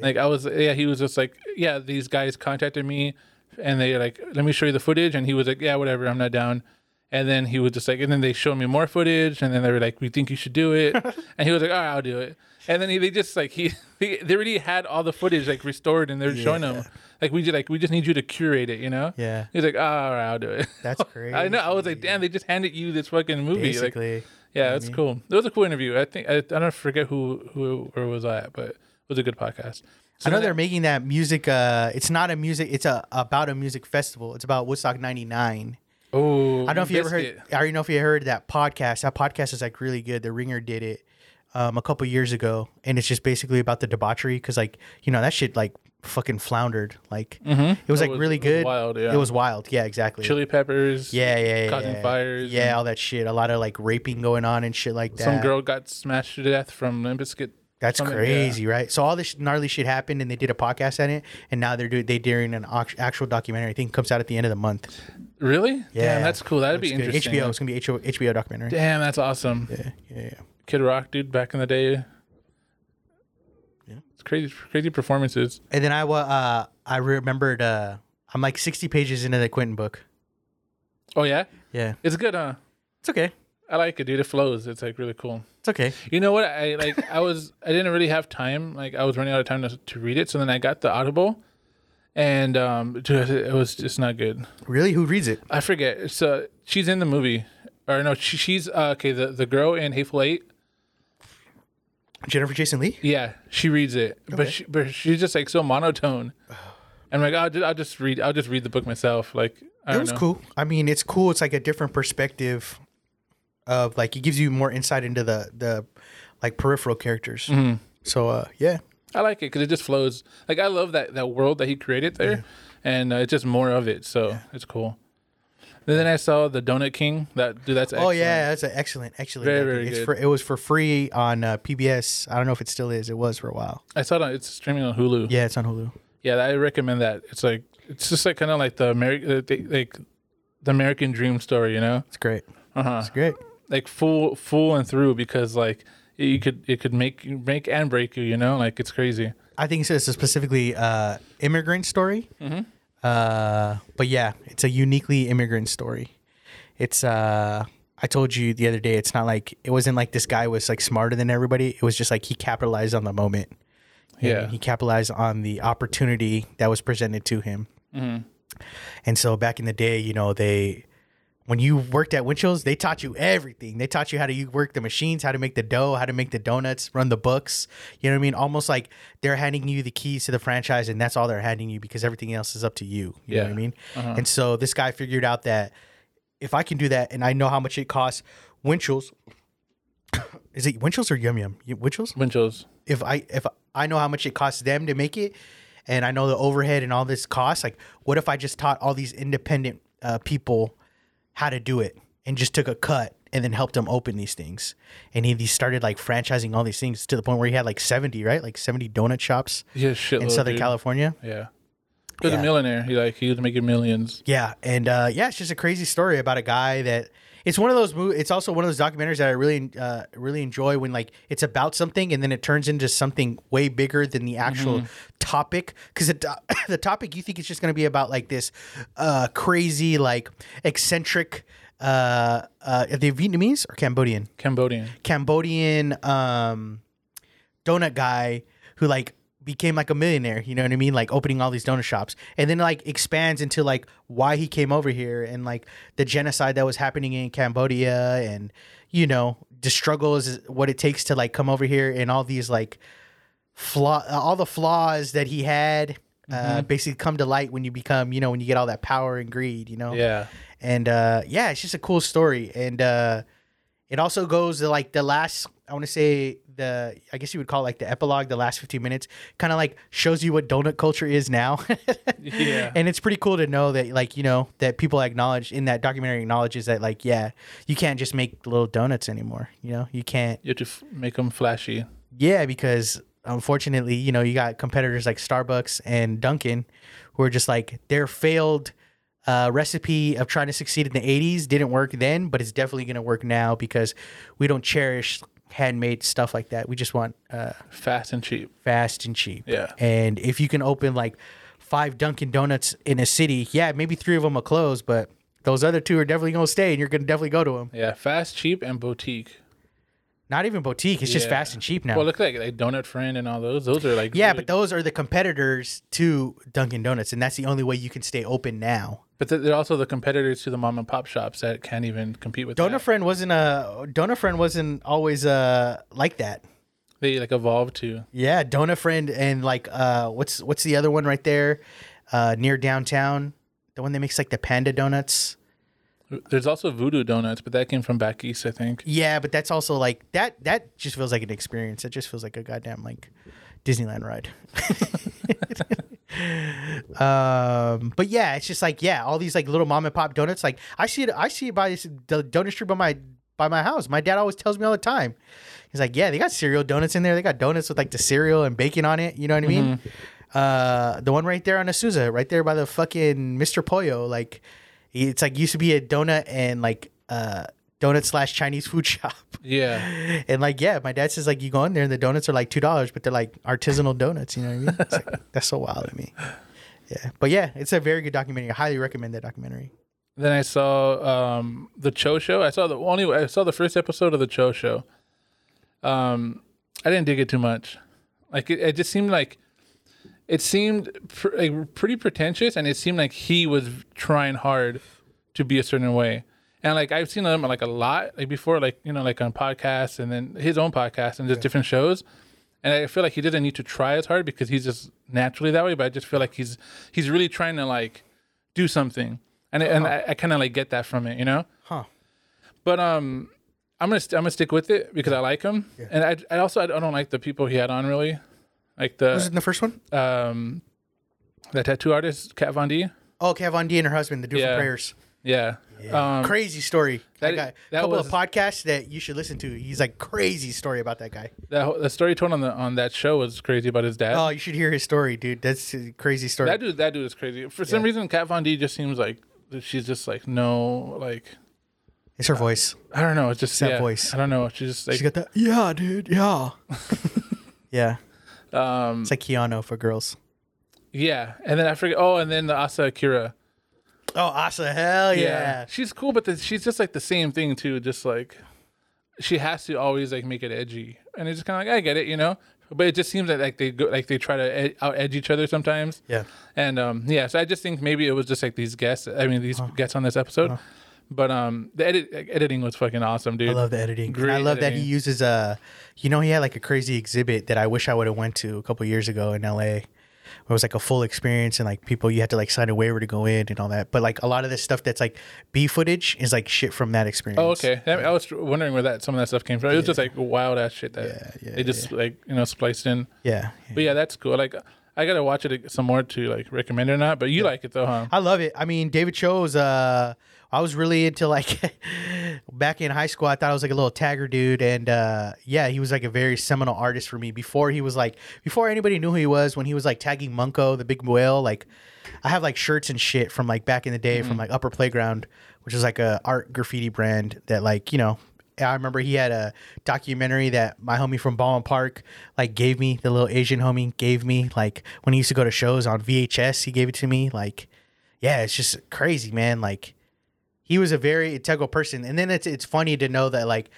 S2: Like I was, yeah, he was just like, yeah, these guys contacted me, and they like, let me show you the footage, and he was like, yeah, whatever, I'm not down. And then he was just like, and then they showed me more footage, and then they were like, we think you should
S1: [LAUGHS]
S2: do it, and he was like, all right, I'll do it. And then he, they just like he, [LAUGHS] they they already had all the footage like restored, and they're showing him like we just like we just need you to curate it, you know?
S1: Yeah.
S2: He's like, all right, I'll do it.
S1: That's
S2: [LAUGHS] I know. I was like, damn, they just handed you this fucking movie. like,
S1: basically
S2: yeah, that's cool. It was a cool interview. I think I, I don't forget who who where was I at, but it was a good podcast.
S1: I
S2: So
S1: know
S2: then
S1: they're making that music. Uh, it's not a music. It's a about a music festival. It's about Woodstock '99.
S2: Oh,
S1: I don't know if you ever
S2: Biscuit.
S1: heard. I already know if you heard that podcast. That podcast is like really good. The Ringer did it um, a couple years ago, and it's just basically about the debauchery because like you know that shit like fucking floundered. Like it was
S2: It
S1: like
S2: Mm-hmm. was-
S1: really
S2: it was
S1: good.
S2: wild, yeah.
S1: It was wild. Yeah, exactly.
S2: Chili Peppers.
S1: yeah, yeah, yeah,
S2: causing
S1: yeah.
S2: fires
S1: Yeah, all that shit. A lot of like raping going on and shit like that.
S2: Some girl got smashed to death from Limp Bizkit.
S1: That's
S2: Something, yeah.
S1: crazy, right? So all this gnarly shit happened, and they did a podcast on it, and now they're doing they doing an oct- actual documentary. I think it comes out at the end of the month.
S2: Really?
S1: Yeah.
S2: Damn, that's cool. That'd be
S1: It's good.
S2: interesting.
S1: HBO. It's gonna be HBO, HBO documentary.
S2: Damn, that's awesome.
S1: Yeah, yeah, yeah.
S2: Kid Rock, dude, back in the day. Yeah. It's crazy, crazy performances.
S1: And then I wa- uh I remembered uh I'm like 60 pages into the Quentin book.
S2: Oh yeah,
S1: Yeah,
S2: it's good, huh?
S1: it's okay.
S2: I like it, dude. It flows. It's like really cool.
S1: It's okay.
S2: You know what? I like. I was. I didn't really have time. Like I was running out of time to, to read it. So then I got the Audible, and um, dude, it was just not good.
S1: Really? Who reads it?
S2: I forget. So she's in the movie, or no? She, she's uh, okay. The the girl in Hateful Eight.
S1: Jennifer Jason Lee?
S2: Yeah, she reads it, but she, but she's just like so monotone. I'm like, "Oh, I'll just, I'll just read. I'll just read the book myself. Like I
S1: It
S2: don't
S1: was
S2: know.
S1: cool. I mean, it's cool. It's like a different perspective of like it gives you more insight into the the like peripheral characters.
S2: Mm-hmm.
S1: So uh yeah.
S2: I like it because it just flows. Like I love that that world that he created there, and uh, it's just more of it. So it's cool. And then I saw the Donut King. That dude, that's
S1: Oh
S2: excellent.
S1: yeah, that's an excellent, excellent.
S2: Very,
S1: idea.
S2: very
S1: it's
S2: good.
S1: For, it was for free on uh, PBS. I don't know if it still is. It was for a while.
S2: I saw it. On, it's streaming on Hulu. Yeah,
S1: Yeah, it's on Hulu.
S2: I recommend that. It's like it's just like kind of like the American like the American Dream story, you know,
S1: It's great.
S2: Uh-huh.
S1: It's great.
S2: like full full and through because like you could it could make you make and break you, you know, like it's crazy.
S1: I think so. It's a specifically uh, immigrant story. Uh, but yeah, it's a uniquely immigrant story. It's uh, I told you the other day. It's not like it wasn't like this guy was like smarter than everybody. It was just like he capitalized on the moment.
S2: Yeah.
S1: he capitalized on the opportunity that was presented to him. And so back in the day, you know, they when you worked at Winchell's, they taught you everything. They taught you how to you work the machines, how to make the dough, how to make the donuts, run the books. You know what I mean? Almost like they're handing you the keys to the franchise, and that's all they're handing you because everything else is up to you. You know what I
S2: Yeah.
S1: mean? And so this guy figured out that if I can do that, and I know how much it costs, Winchell's. [COUGHS] Is it Winchell's or Yum Yum? Winchell's?
S2: Winchell's.
S1: if I if I know how much it costs them to make it, and I know the overhead and all this cost, like what if I just taught all these independent uh, people how to do it and just took a cut and then helped them open these things? And he, he started like franchising all these things to the point where he had like seventy, right? Like seventy donut shops
S2: Yeah, shit.
S1: in Southern California.
S2: Yeah. He was
S1: Yeah.
S2: a millionaire. He like he was making millions.
S1: Yeah, and uh, yeah, it's just a crazy story about a guy that it's one of those. Mo- it's also one of those documentaries that I really, uh, really enjoy when like it's about something and then it turns into something way bigger than the actual topic. Because the, to- [COUGHS] the topic you think it's just going to be about like this uh, crazy, like eccentric. Uh, uh, are they Vietnamese or Cambodian?
S2: Cambodian.
S1: Cambodian um, donut guy who like became like a millionaire. You know what I mean? Like opening all these donut shops, and then like expands into like why he came over here and like the genocide that was happening in Cambodia, and you know the struggles what it takes to like come over here and all these like flaw, all the flaws that he had. Uh, basically come to light when you become you know when you get all that power and greed you know
S2: Yeah.
S1: and uh yeah it's just a cool story and uh it also goes to like the last i want to say the i guess you would call it like the epilogue the last 15 minutes kind of like shows you what donut culture is now [LAUGHS]
S2: Yeah.
S1: and it's pretty cool to know that like you know that people acknowledge in that documentary acknowledges that like yeah you can't just make little donuts anymore you know you can't
S2: You have to f- make them flashy.
S1: yeah because unfortunately you know you got competitors like starbucks and dunkin who are just like their failed uh, recipe of trying to succeed in the 80s didn't work then but it's definitely going to work now because we don't cherish handmade stuff like that we just want uh,
S2: Fast and cheap.
S1: fast and cheap
S2: Yeah.
S1: and if you can open like five dunkin donuts in a city yeah maybe three of them will close but those other two are definitely going to stay and you're going to definitely go to them
S2: Yeah. Fast, cheap, and boutique.
S1: not even boutique it's just
S2: Yeah.
S1: fast and cheap now
S2: Well, look like like Donut Friend and all those. Those are like
S1: Yeah,
S2: really-
S1: but those are the competitors to Dunkin' Donuts, and that's the only way you can stay open now.
S2: but they're also the competitors to the mom and pop shops that can't even compete with.
S1: Donut
S2: that.
S1: Friend wasn't a Donut Friend wasn't always uh like that.
S2: They like evolved to.
S1: Yeah, Donut Friend and like uh what's what's the other one right there, uh near downtown, the one that makes like the panda donuts.
S2: There's also Voodoo Donuts, but that came from back east, I think.
S1: Yeah, but that's also like that. That just feels like an experience. That just feels like a goddamn like Disneyland ride. um, but yeah, it's just like yeah, all these like little mom and pop donuts. Like I see it, I see it by this the donut street by my by my house. My dad always tells me all the time. He's like, yeah, they got cereal donuts in there. They got donuts with like the cereal and bacon on it. You know what I mean? Uh, the one right there on Azusa, right there by the fucking Mr. Pollo. Like, it's like used to be a donut and like uh donut slash Chinese food [LAUGHS] shop.
S2: Yeah.
S1: And like, yeah, my dad says like you go in there and the donuts are like two dollars, but they're like artisanal donuts. You know what I mean? It's
S2: [LAUGHS]
S1: like, that's so wild to me. Yeah, but yeah, it's a very good documentary. I highly recommend that documentary.
S2: Then I saw um, the Cho Show. I saw the only I saw the first episode of the Cho Show. Um, I didn't dig it too much. Like it, it just seemed like it seemed pr- like, pretty pretentious, and it seemed like he was trying hard to be a certain way. And like I've seen him like a lot, like before, like you know, like on podcasts, and then his own podcast, and just different shows. And I feel like he doesn't need to try as hard because he's just naturally that way. But I just feel like he's he's really trying to like do something, and I- and
S1: Oh.
S2: I, I kind of like get that from it, you know.
S1: Huh.
S2: But um, I'm gonna st- I'm gonna stick with it because I like him, and I, I also I don't like the people he had on really, like
S1: Was it
S2: the
S1: in the first one?
S2: um, the tattoo artist Kat Von D.
S1: Oh, okay, Von D and her husband, the dude
S2: Yeah.
S1: from Prayers.
S2: Yeah, Um,
S1: crazy story. That,
S2: that-
S1: guy.
S2: that
S1: couple of
S2: was-
S1: podcasts that you should listen to. He's like crazy story about that guy.
S2: that whole- the story told on the on that show was crazy about his dad.
S1: Oh, you should hear his story, dude. That's a crazy story.
S2: That dude, that dude is crazy. For some reason, Kat Von D just seems like she's just like no, like
S1: it's her voice.
S2: I don't know. It's just
S1: that
S2: yeah,
S1: voice.
S2: I don't know. She's just like
S1: She got that. Yeah, dude.
S2: [LAUGHS]
S1: Yeah. yeah.
S2: um,
S1: It's like Keanu for girls.
S2: yeah. And then I forget. Oh, and then the Asa Akira.
S1: Oh, Asa. Hell yeah.
S2: she's cool, but the, she's just like the same thing too. Just like she has to always like make it edgy, and it's just kind of like I get it, you know. But it just seems that like they go like they try to ed- out edge each other sometimes.
S1: Yeah.
S2: And um, yeah, so I just think maybe it was just like these guests. I mean,
S1: Uh-huh.
S2: these guests on this episode. But um, the edit like, editing was fucking awesome, dude.
S1: I love the editing. And I
S2: Great
S1: love that he
S2: editing.
S1: uses uh you know, he had like a crazy exhibit that I wish I would have went to a couple years ago in LA. It was like a full experience and like people you had to like sign a waiver to go in and all that. But like a lot of this stuff that's like B footage is like shit from that experience.
S2: Oh, okay. I, I was wondering where that some of that stuff came from. It was just like wild ass shit that
S1: Yeah, yeah,
S2: they just like you know spliced in.
S1: Yeah.
S2: But yeah, that's cool. Like I gotta watch it some more to like recommend it or not. But you like it though, huh?
S1: I love it. I mean, David Cho's. Uh, I was really into like [LAUGHS] back in high school. I thought I was like a little tagger dude, and uh, yeah, he was like a very seminal artist for me. Before he was like, before anybody knew who he was, when he was like tagging Munko, the big whale. Like, I have like shirts and shit from like back in the day from like Upper Playground, which is like a art graffiti brand that like you know. I remember he had a documentary that my homie from Ballin Park like gave me, the little Asian homie gave me like when he used to go to shows on VHS, he gave it to me like yeah, it's just crazy, man. Like he was a very integral person, and then it's it's funny to know that like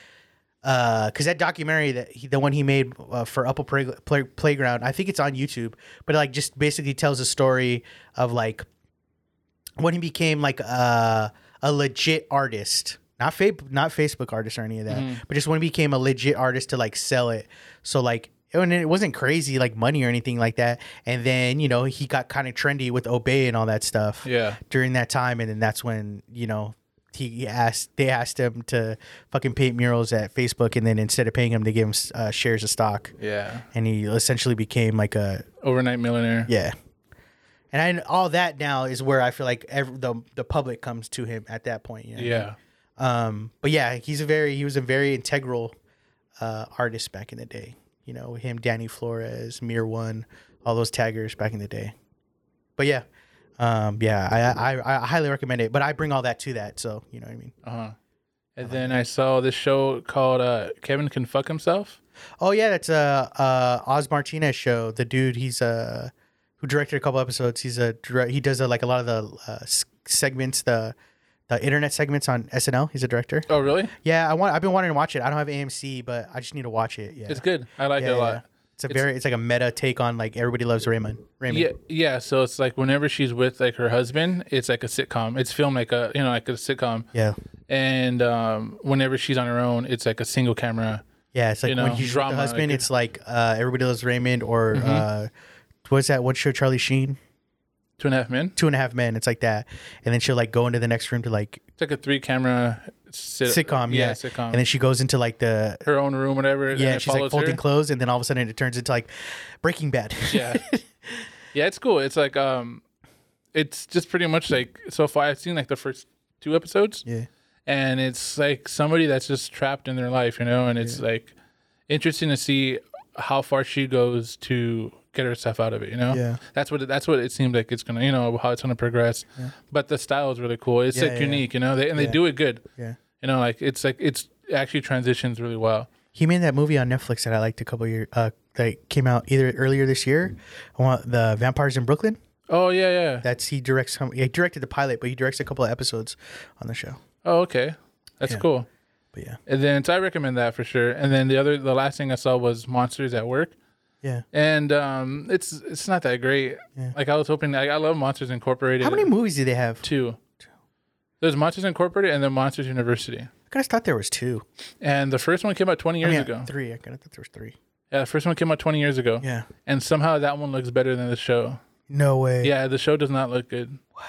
S1: because that documentary that he, the one he made uh, for Apple Play, Play, Playground, I think it's on YouTube, but like just basically tells a story of like when he became like a a legit artist, not fa- not Facebook artist or any of that, but just when he became a legit artist to like sell it. So like. And it wasn't crazy like money or anything like that. And then, you know, he got kind of trendy with Obey and all that stuff
S2: Yeah.
S1: during that time, and then that's when you know he asked they asked him to fucking paint murals at Facebook, and then instead of paying him, they gave him uh, shares of stock,
S2: Yeah.
S1: and he essentially became like a
S2: Overnight millionaire.
S1: yeah. And I, all that now is where I feel like every, the the public comes to him at that point. You know?
S2: Yeah.
S1: Um. But yeah, he's a very he was a very integral uh, artist back in the day. You know him, Danny Flores, Mir One, all those taggers back in the day. But yeah, um, yeah, I, I I highly recommend it. But I bring all that to that, so you know what I mean.
S2: Uh huh. And then I saw this show called uh, Kevin Can Fuck Himself.
S1: Oh yeah, that's uh, uh Oz Martinez show. The dude, he's uh who directed a couple episodes. He's a direct, he does uh, like a lot of the uh, s- segments, the the internet segments on SNL. He's a director.
S2: Oh, really?
S1: Yeah, I want. I've been wanting to watch it. I don't have AMC, but I just need to watch it. Yeah.
S2: It's good. I uh, like
S1: yeah,
S2: it a lot.
S1: yeah. It's a very it's like a meta take on like everybody loves Raymond. Raymond.
S2: Yeah, yeah. So it's like whenever she's with like her husband, it's like a sitcom. It's filmed like a you know like a sitcom.
S1: Yeah.
S2: And um, whenever she's on her own, it's like a single camera.
S1: Yeah, it's like
S2: You
S1: when
S2: know,
S1: he's
S2: drama,
S1: with the husband,
S2: like- Mm-hmm.
S1: it's like uh, everybody loves Raymond or uh, what's that one show Charlie Sheen?
S2: Two and a half men.
S1: Two and a half men, it's like that. And then she'll like go into the next room to like
S2: It's like a three camera sit-
S1: sitcom, yeah.
S2: Uh, Yeah, sitcom.
S1: And then she goes into like the
S2: her own room, whatever. and
S1: yeah,
S2: it
S1: she's like
S2: follows
S1: folding
S2: her.
S1: clothes and then all of a sudden it turns into like breaking bad. [LAUGHS]
S2: yeah yeah it's cool it's like um it's just pretty much like so far i've seen like the first two episodes
S1: yeah.
S2: and it's like somebody that's just trapped in their life you know and it's like interesting to see how far she goes to get herself out of it you know
S1: Yeah.
S2: that's what it, that's what it seemed like it's gonna you know how it's gonna progress but the style is really cool it's
S1: Yeah,
S2: like
S1: yeah, yeah.
S2: unique you know they, and they
S1: Yeah.
S2: do it good
S1: Yeah.
S2: you know like it's like it's actually transitions really well
S1: He made that movie on Netflix that I liked a couple years uh that came out either earlier this year. I want the Vampires in Brooklyn.
S2: oh yeah yeah
S1: That's he directs some he directed the pilot, but he directs a couple of episodes on the show.
S2: oh okay that's cool
S1: But yeah.
S2: And then so I recommend that for sure. And then the other the last thing I saw was Monsters at Work.
S1: Yeah.
S2: And um it's it's not that great. Like I was hoping like I love Monsters Incorporated.
S1: How many movies do they have?
S2: two? There's Monsters Incorporated and then Monsters University.
S1: I kind of thought there was two.
S2: And the first one came out 20
S1: I
S2: years
S1: mean,
S2: ago.
S1: three. I kind of thought there was three.
S2: Yeah, the first one came out 20 years ago.
S1: Yeah.
S2: And somehow that one looks better than the show.
S1: No way.
S2: Yeah, the show does not look good. Wow.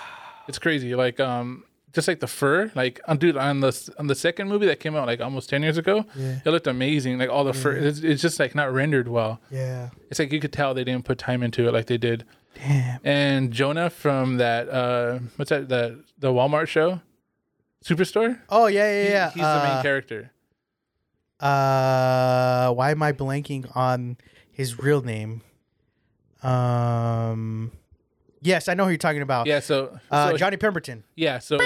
S2: It's crazy. Like um just like the fur, like on dude on the on the second movie that came out like almost 10 years ago,
S1: Yeah.
S2: it looked amazing. Like all the fur it's, it's just like not rendered well.
S1: Yeah.
S2: it's like you could tell they didn't put time into it like they did.
S1: Damn.
S2: And Jonah from that uh what's that the the Walmart show? Superstore?
S1: Oh yeah, yeah,
S2: He-
S1: yeah. uh,
S2: He's the main character.
S1: main uh, why am I blanking on his real name? Um, yes, I know who you're talking about.
S2: Yeah, so,
S1: Uh,
S2: so
S1: Johnny
S2: [LAUGHS]
S1: Pemberton.
S2: yeah, so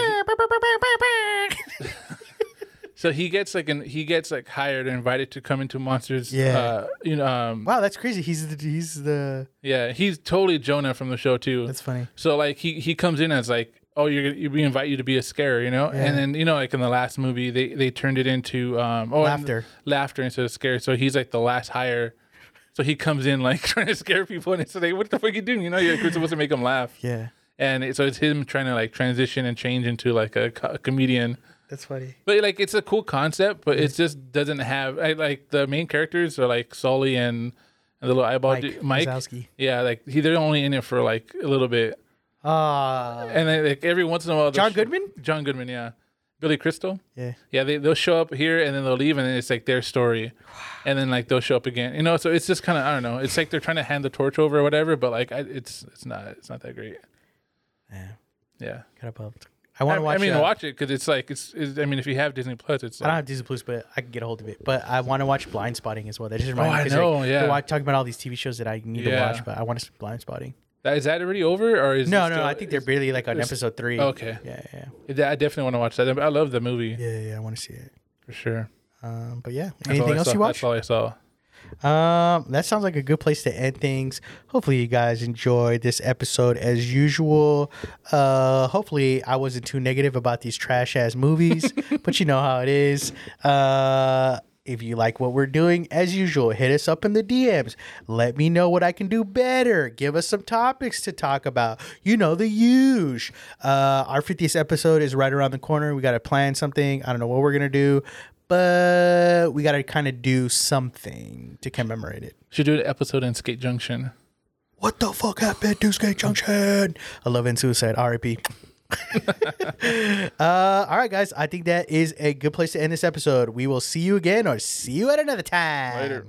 S2: so he gets like an he gets like hired and invited to come into Monsters
S1: Yeah.
S2: uh you know um
S1: wow, that's crazy. He's the he's the.
S2: yeah, he's totally Jonah from the show too.
S1: That's funny.
S2: So like he he comes in as like oh, you're gonna, we invite you to be a scare, you know?
S1: Yeah.
S2: And then, you know, like in the last movie, they, they turned it into um, oh, and-
S1: Laughter.
S2: laughter instead of scare. So he's like the last hire. So he comes in like [LAUGHS] trying to scare people, and it's like, what the fuck you doing? You know, you're, like, we're supposed to make them laugh.
S1: Yeah,
S2: And it, so it's him trying to like transition and change into like a, co- comedian.
S1: that's funny.
S2: But like, it's a cool concept, but
S1: Mm.
S2: it just doesn't have I, like the main characters are like Sully and, and the little eyeball
S1: Mike
S2: dude, Mike.
S1: Wazowski.
S2: Yeah, like he, they're only in it for like a little bit,
S1: Ah,
S2: and then like every once in a while, they'll
S1: John
S2: sh-
S1: Goodman?
S2: John Goodman, yeah, Billy Crystal.
S1: yeah.
S2: Yeah, they they'll show up here and then they'll leave and then it's like their story, and then like they'll show up again. You know, so it's just kind of I don't know. It's like they're trying to hand the torch over or whatever, but like I, it's it's not it's not that great.
S1: Yeah,
S2: Yeah,
S1: kind of pumped. I
S2: I,
S1: want to watch.
S2: I mean,
S1: uh,
S2: watch it because it's like it's, it's. I mean, if you have Disney Plus, it's
S1: I don't
S2: like,
S1: have Disney Plus, but I can get a hold of it. But I want to watch Blind Spotting as well. That just reminds
S2: Oh, I
S1: me. 'cause, like,
S2: know, yeah.
S1: we're wa- talking about all these TV shows that I need
S2: Yeah.
S1: to watch, but I want to see Blind Spotting.
S2: that, is that already over or is
S1: No,
S2: it
S1: no,
S2: still-
S1: I think they're
S2: is-
S1: barely like on
S2: it's-
S1: episode three.
S2: okay.
S1: Yeah, yeah,
S2: Yeah, I definitely want to watch that. I love the movie
S1: yeah, yeah. yeah I want to see it.
S2: for sure.
S1: Um, but yeah,
S2: That's all
S1: anything
S2: I
S1: else
S2: saw.
S1: you watch?
S2: That's all I saw.
S1: Um, that sounds like a good place to end things. Hopefully, you guys enjoyed this episode as usual. Uh, hopefully, I wasn't too negative about these trash ass movies, but you know how it is. Uh, if you like what we're doing, as usual, hit us up in the DMs. Let me know what I can do better. Give us some topics to talk about. You know the huge. Uh, our 50th episode is right around the corner. We got to plan something. I don't know what we're gonna do, but we got to kind of do something to commemorate it.
S2: Should do an episode in Skate Junction.
S1: What the fuck happened to Skate Junction? I love and suicide. R.I.P. [LAUGHS] uh, all right, guys. I think that is a good place to end this episode. We will see you again or see you at another time.
S2: Later.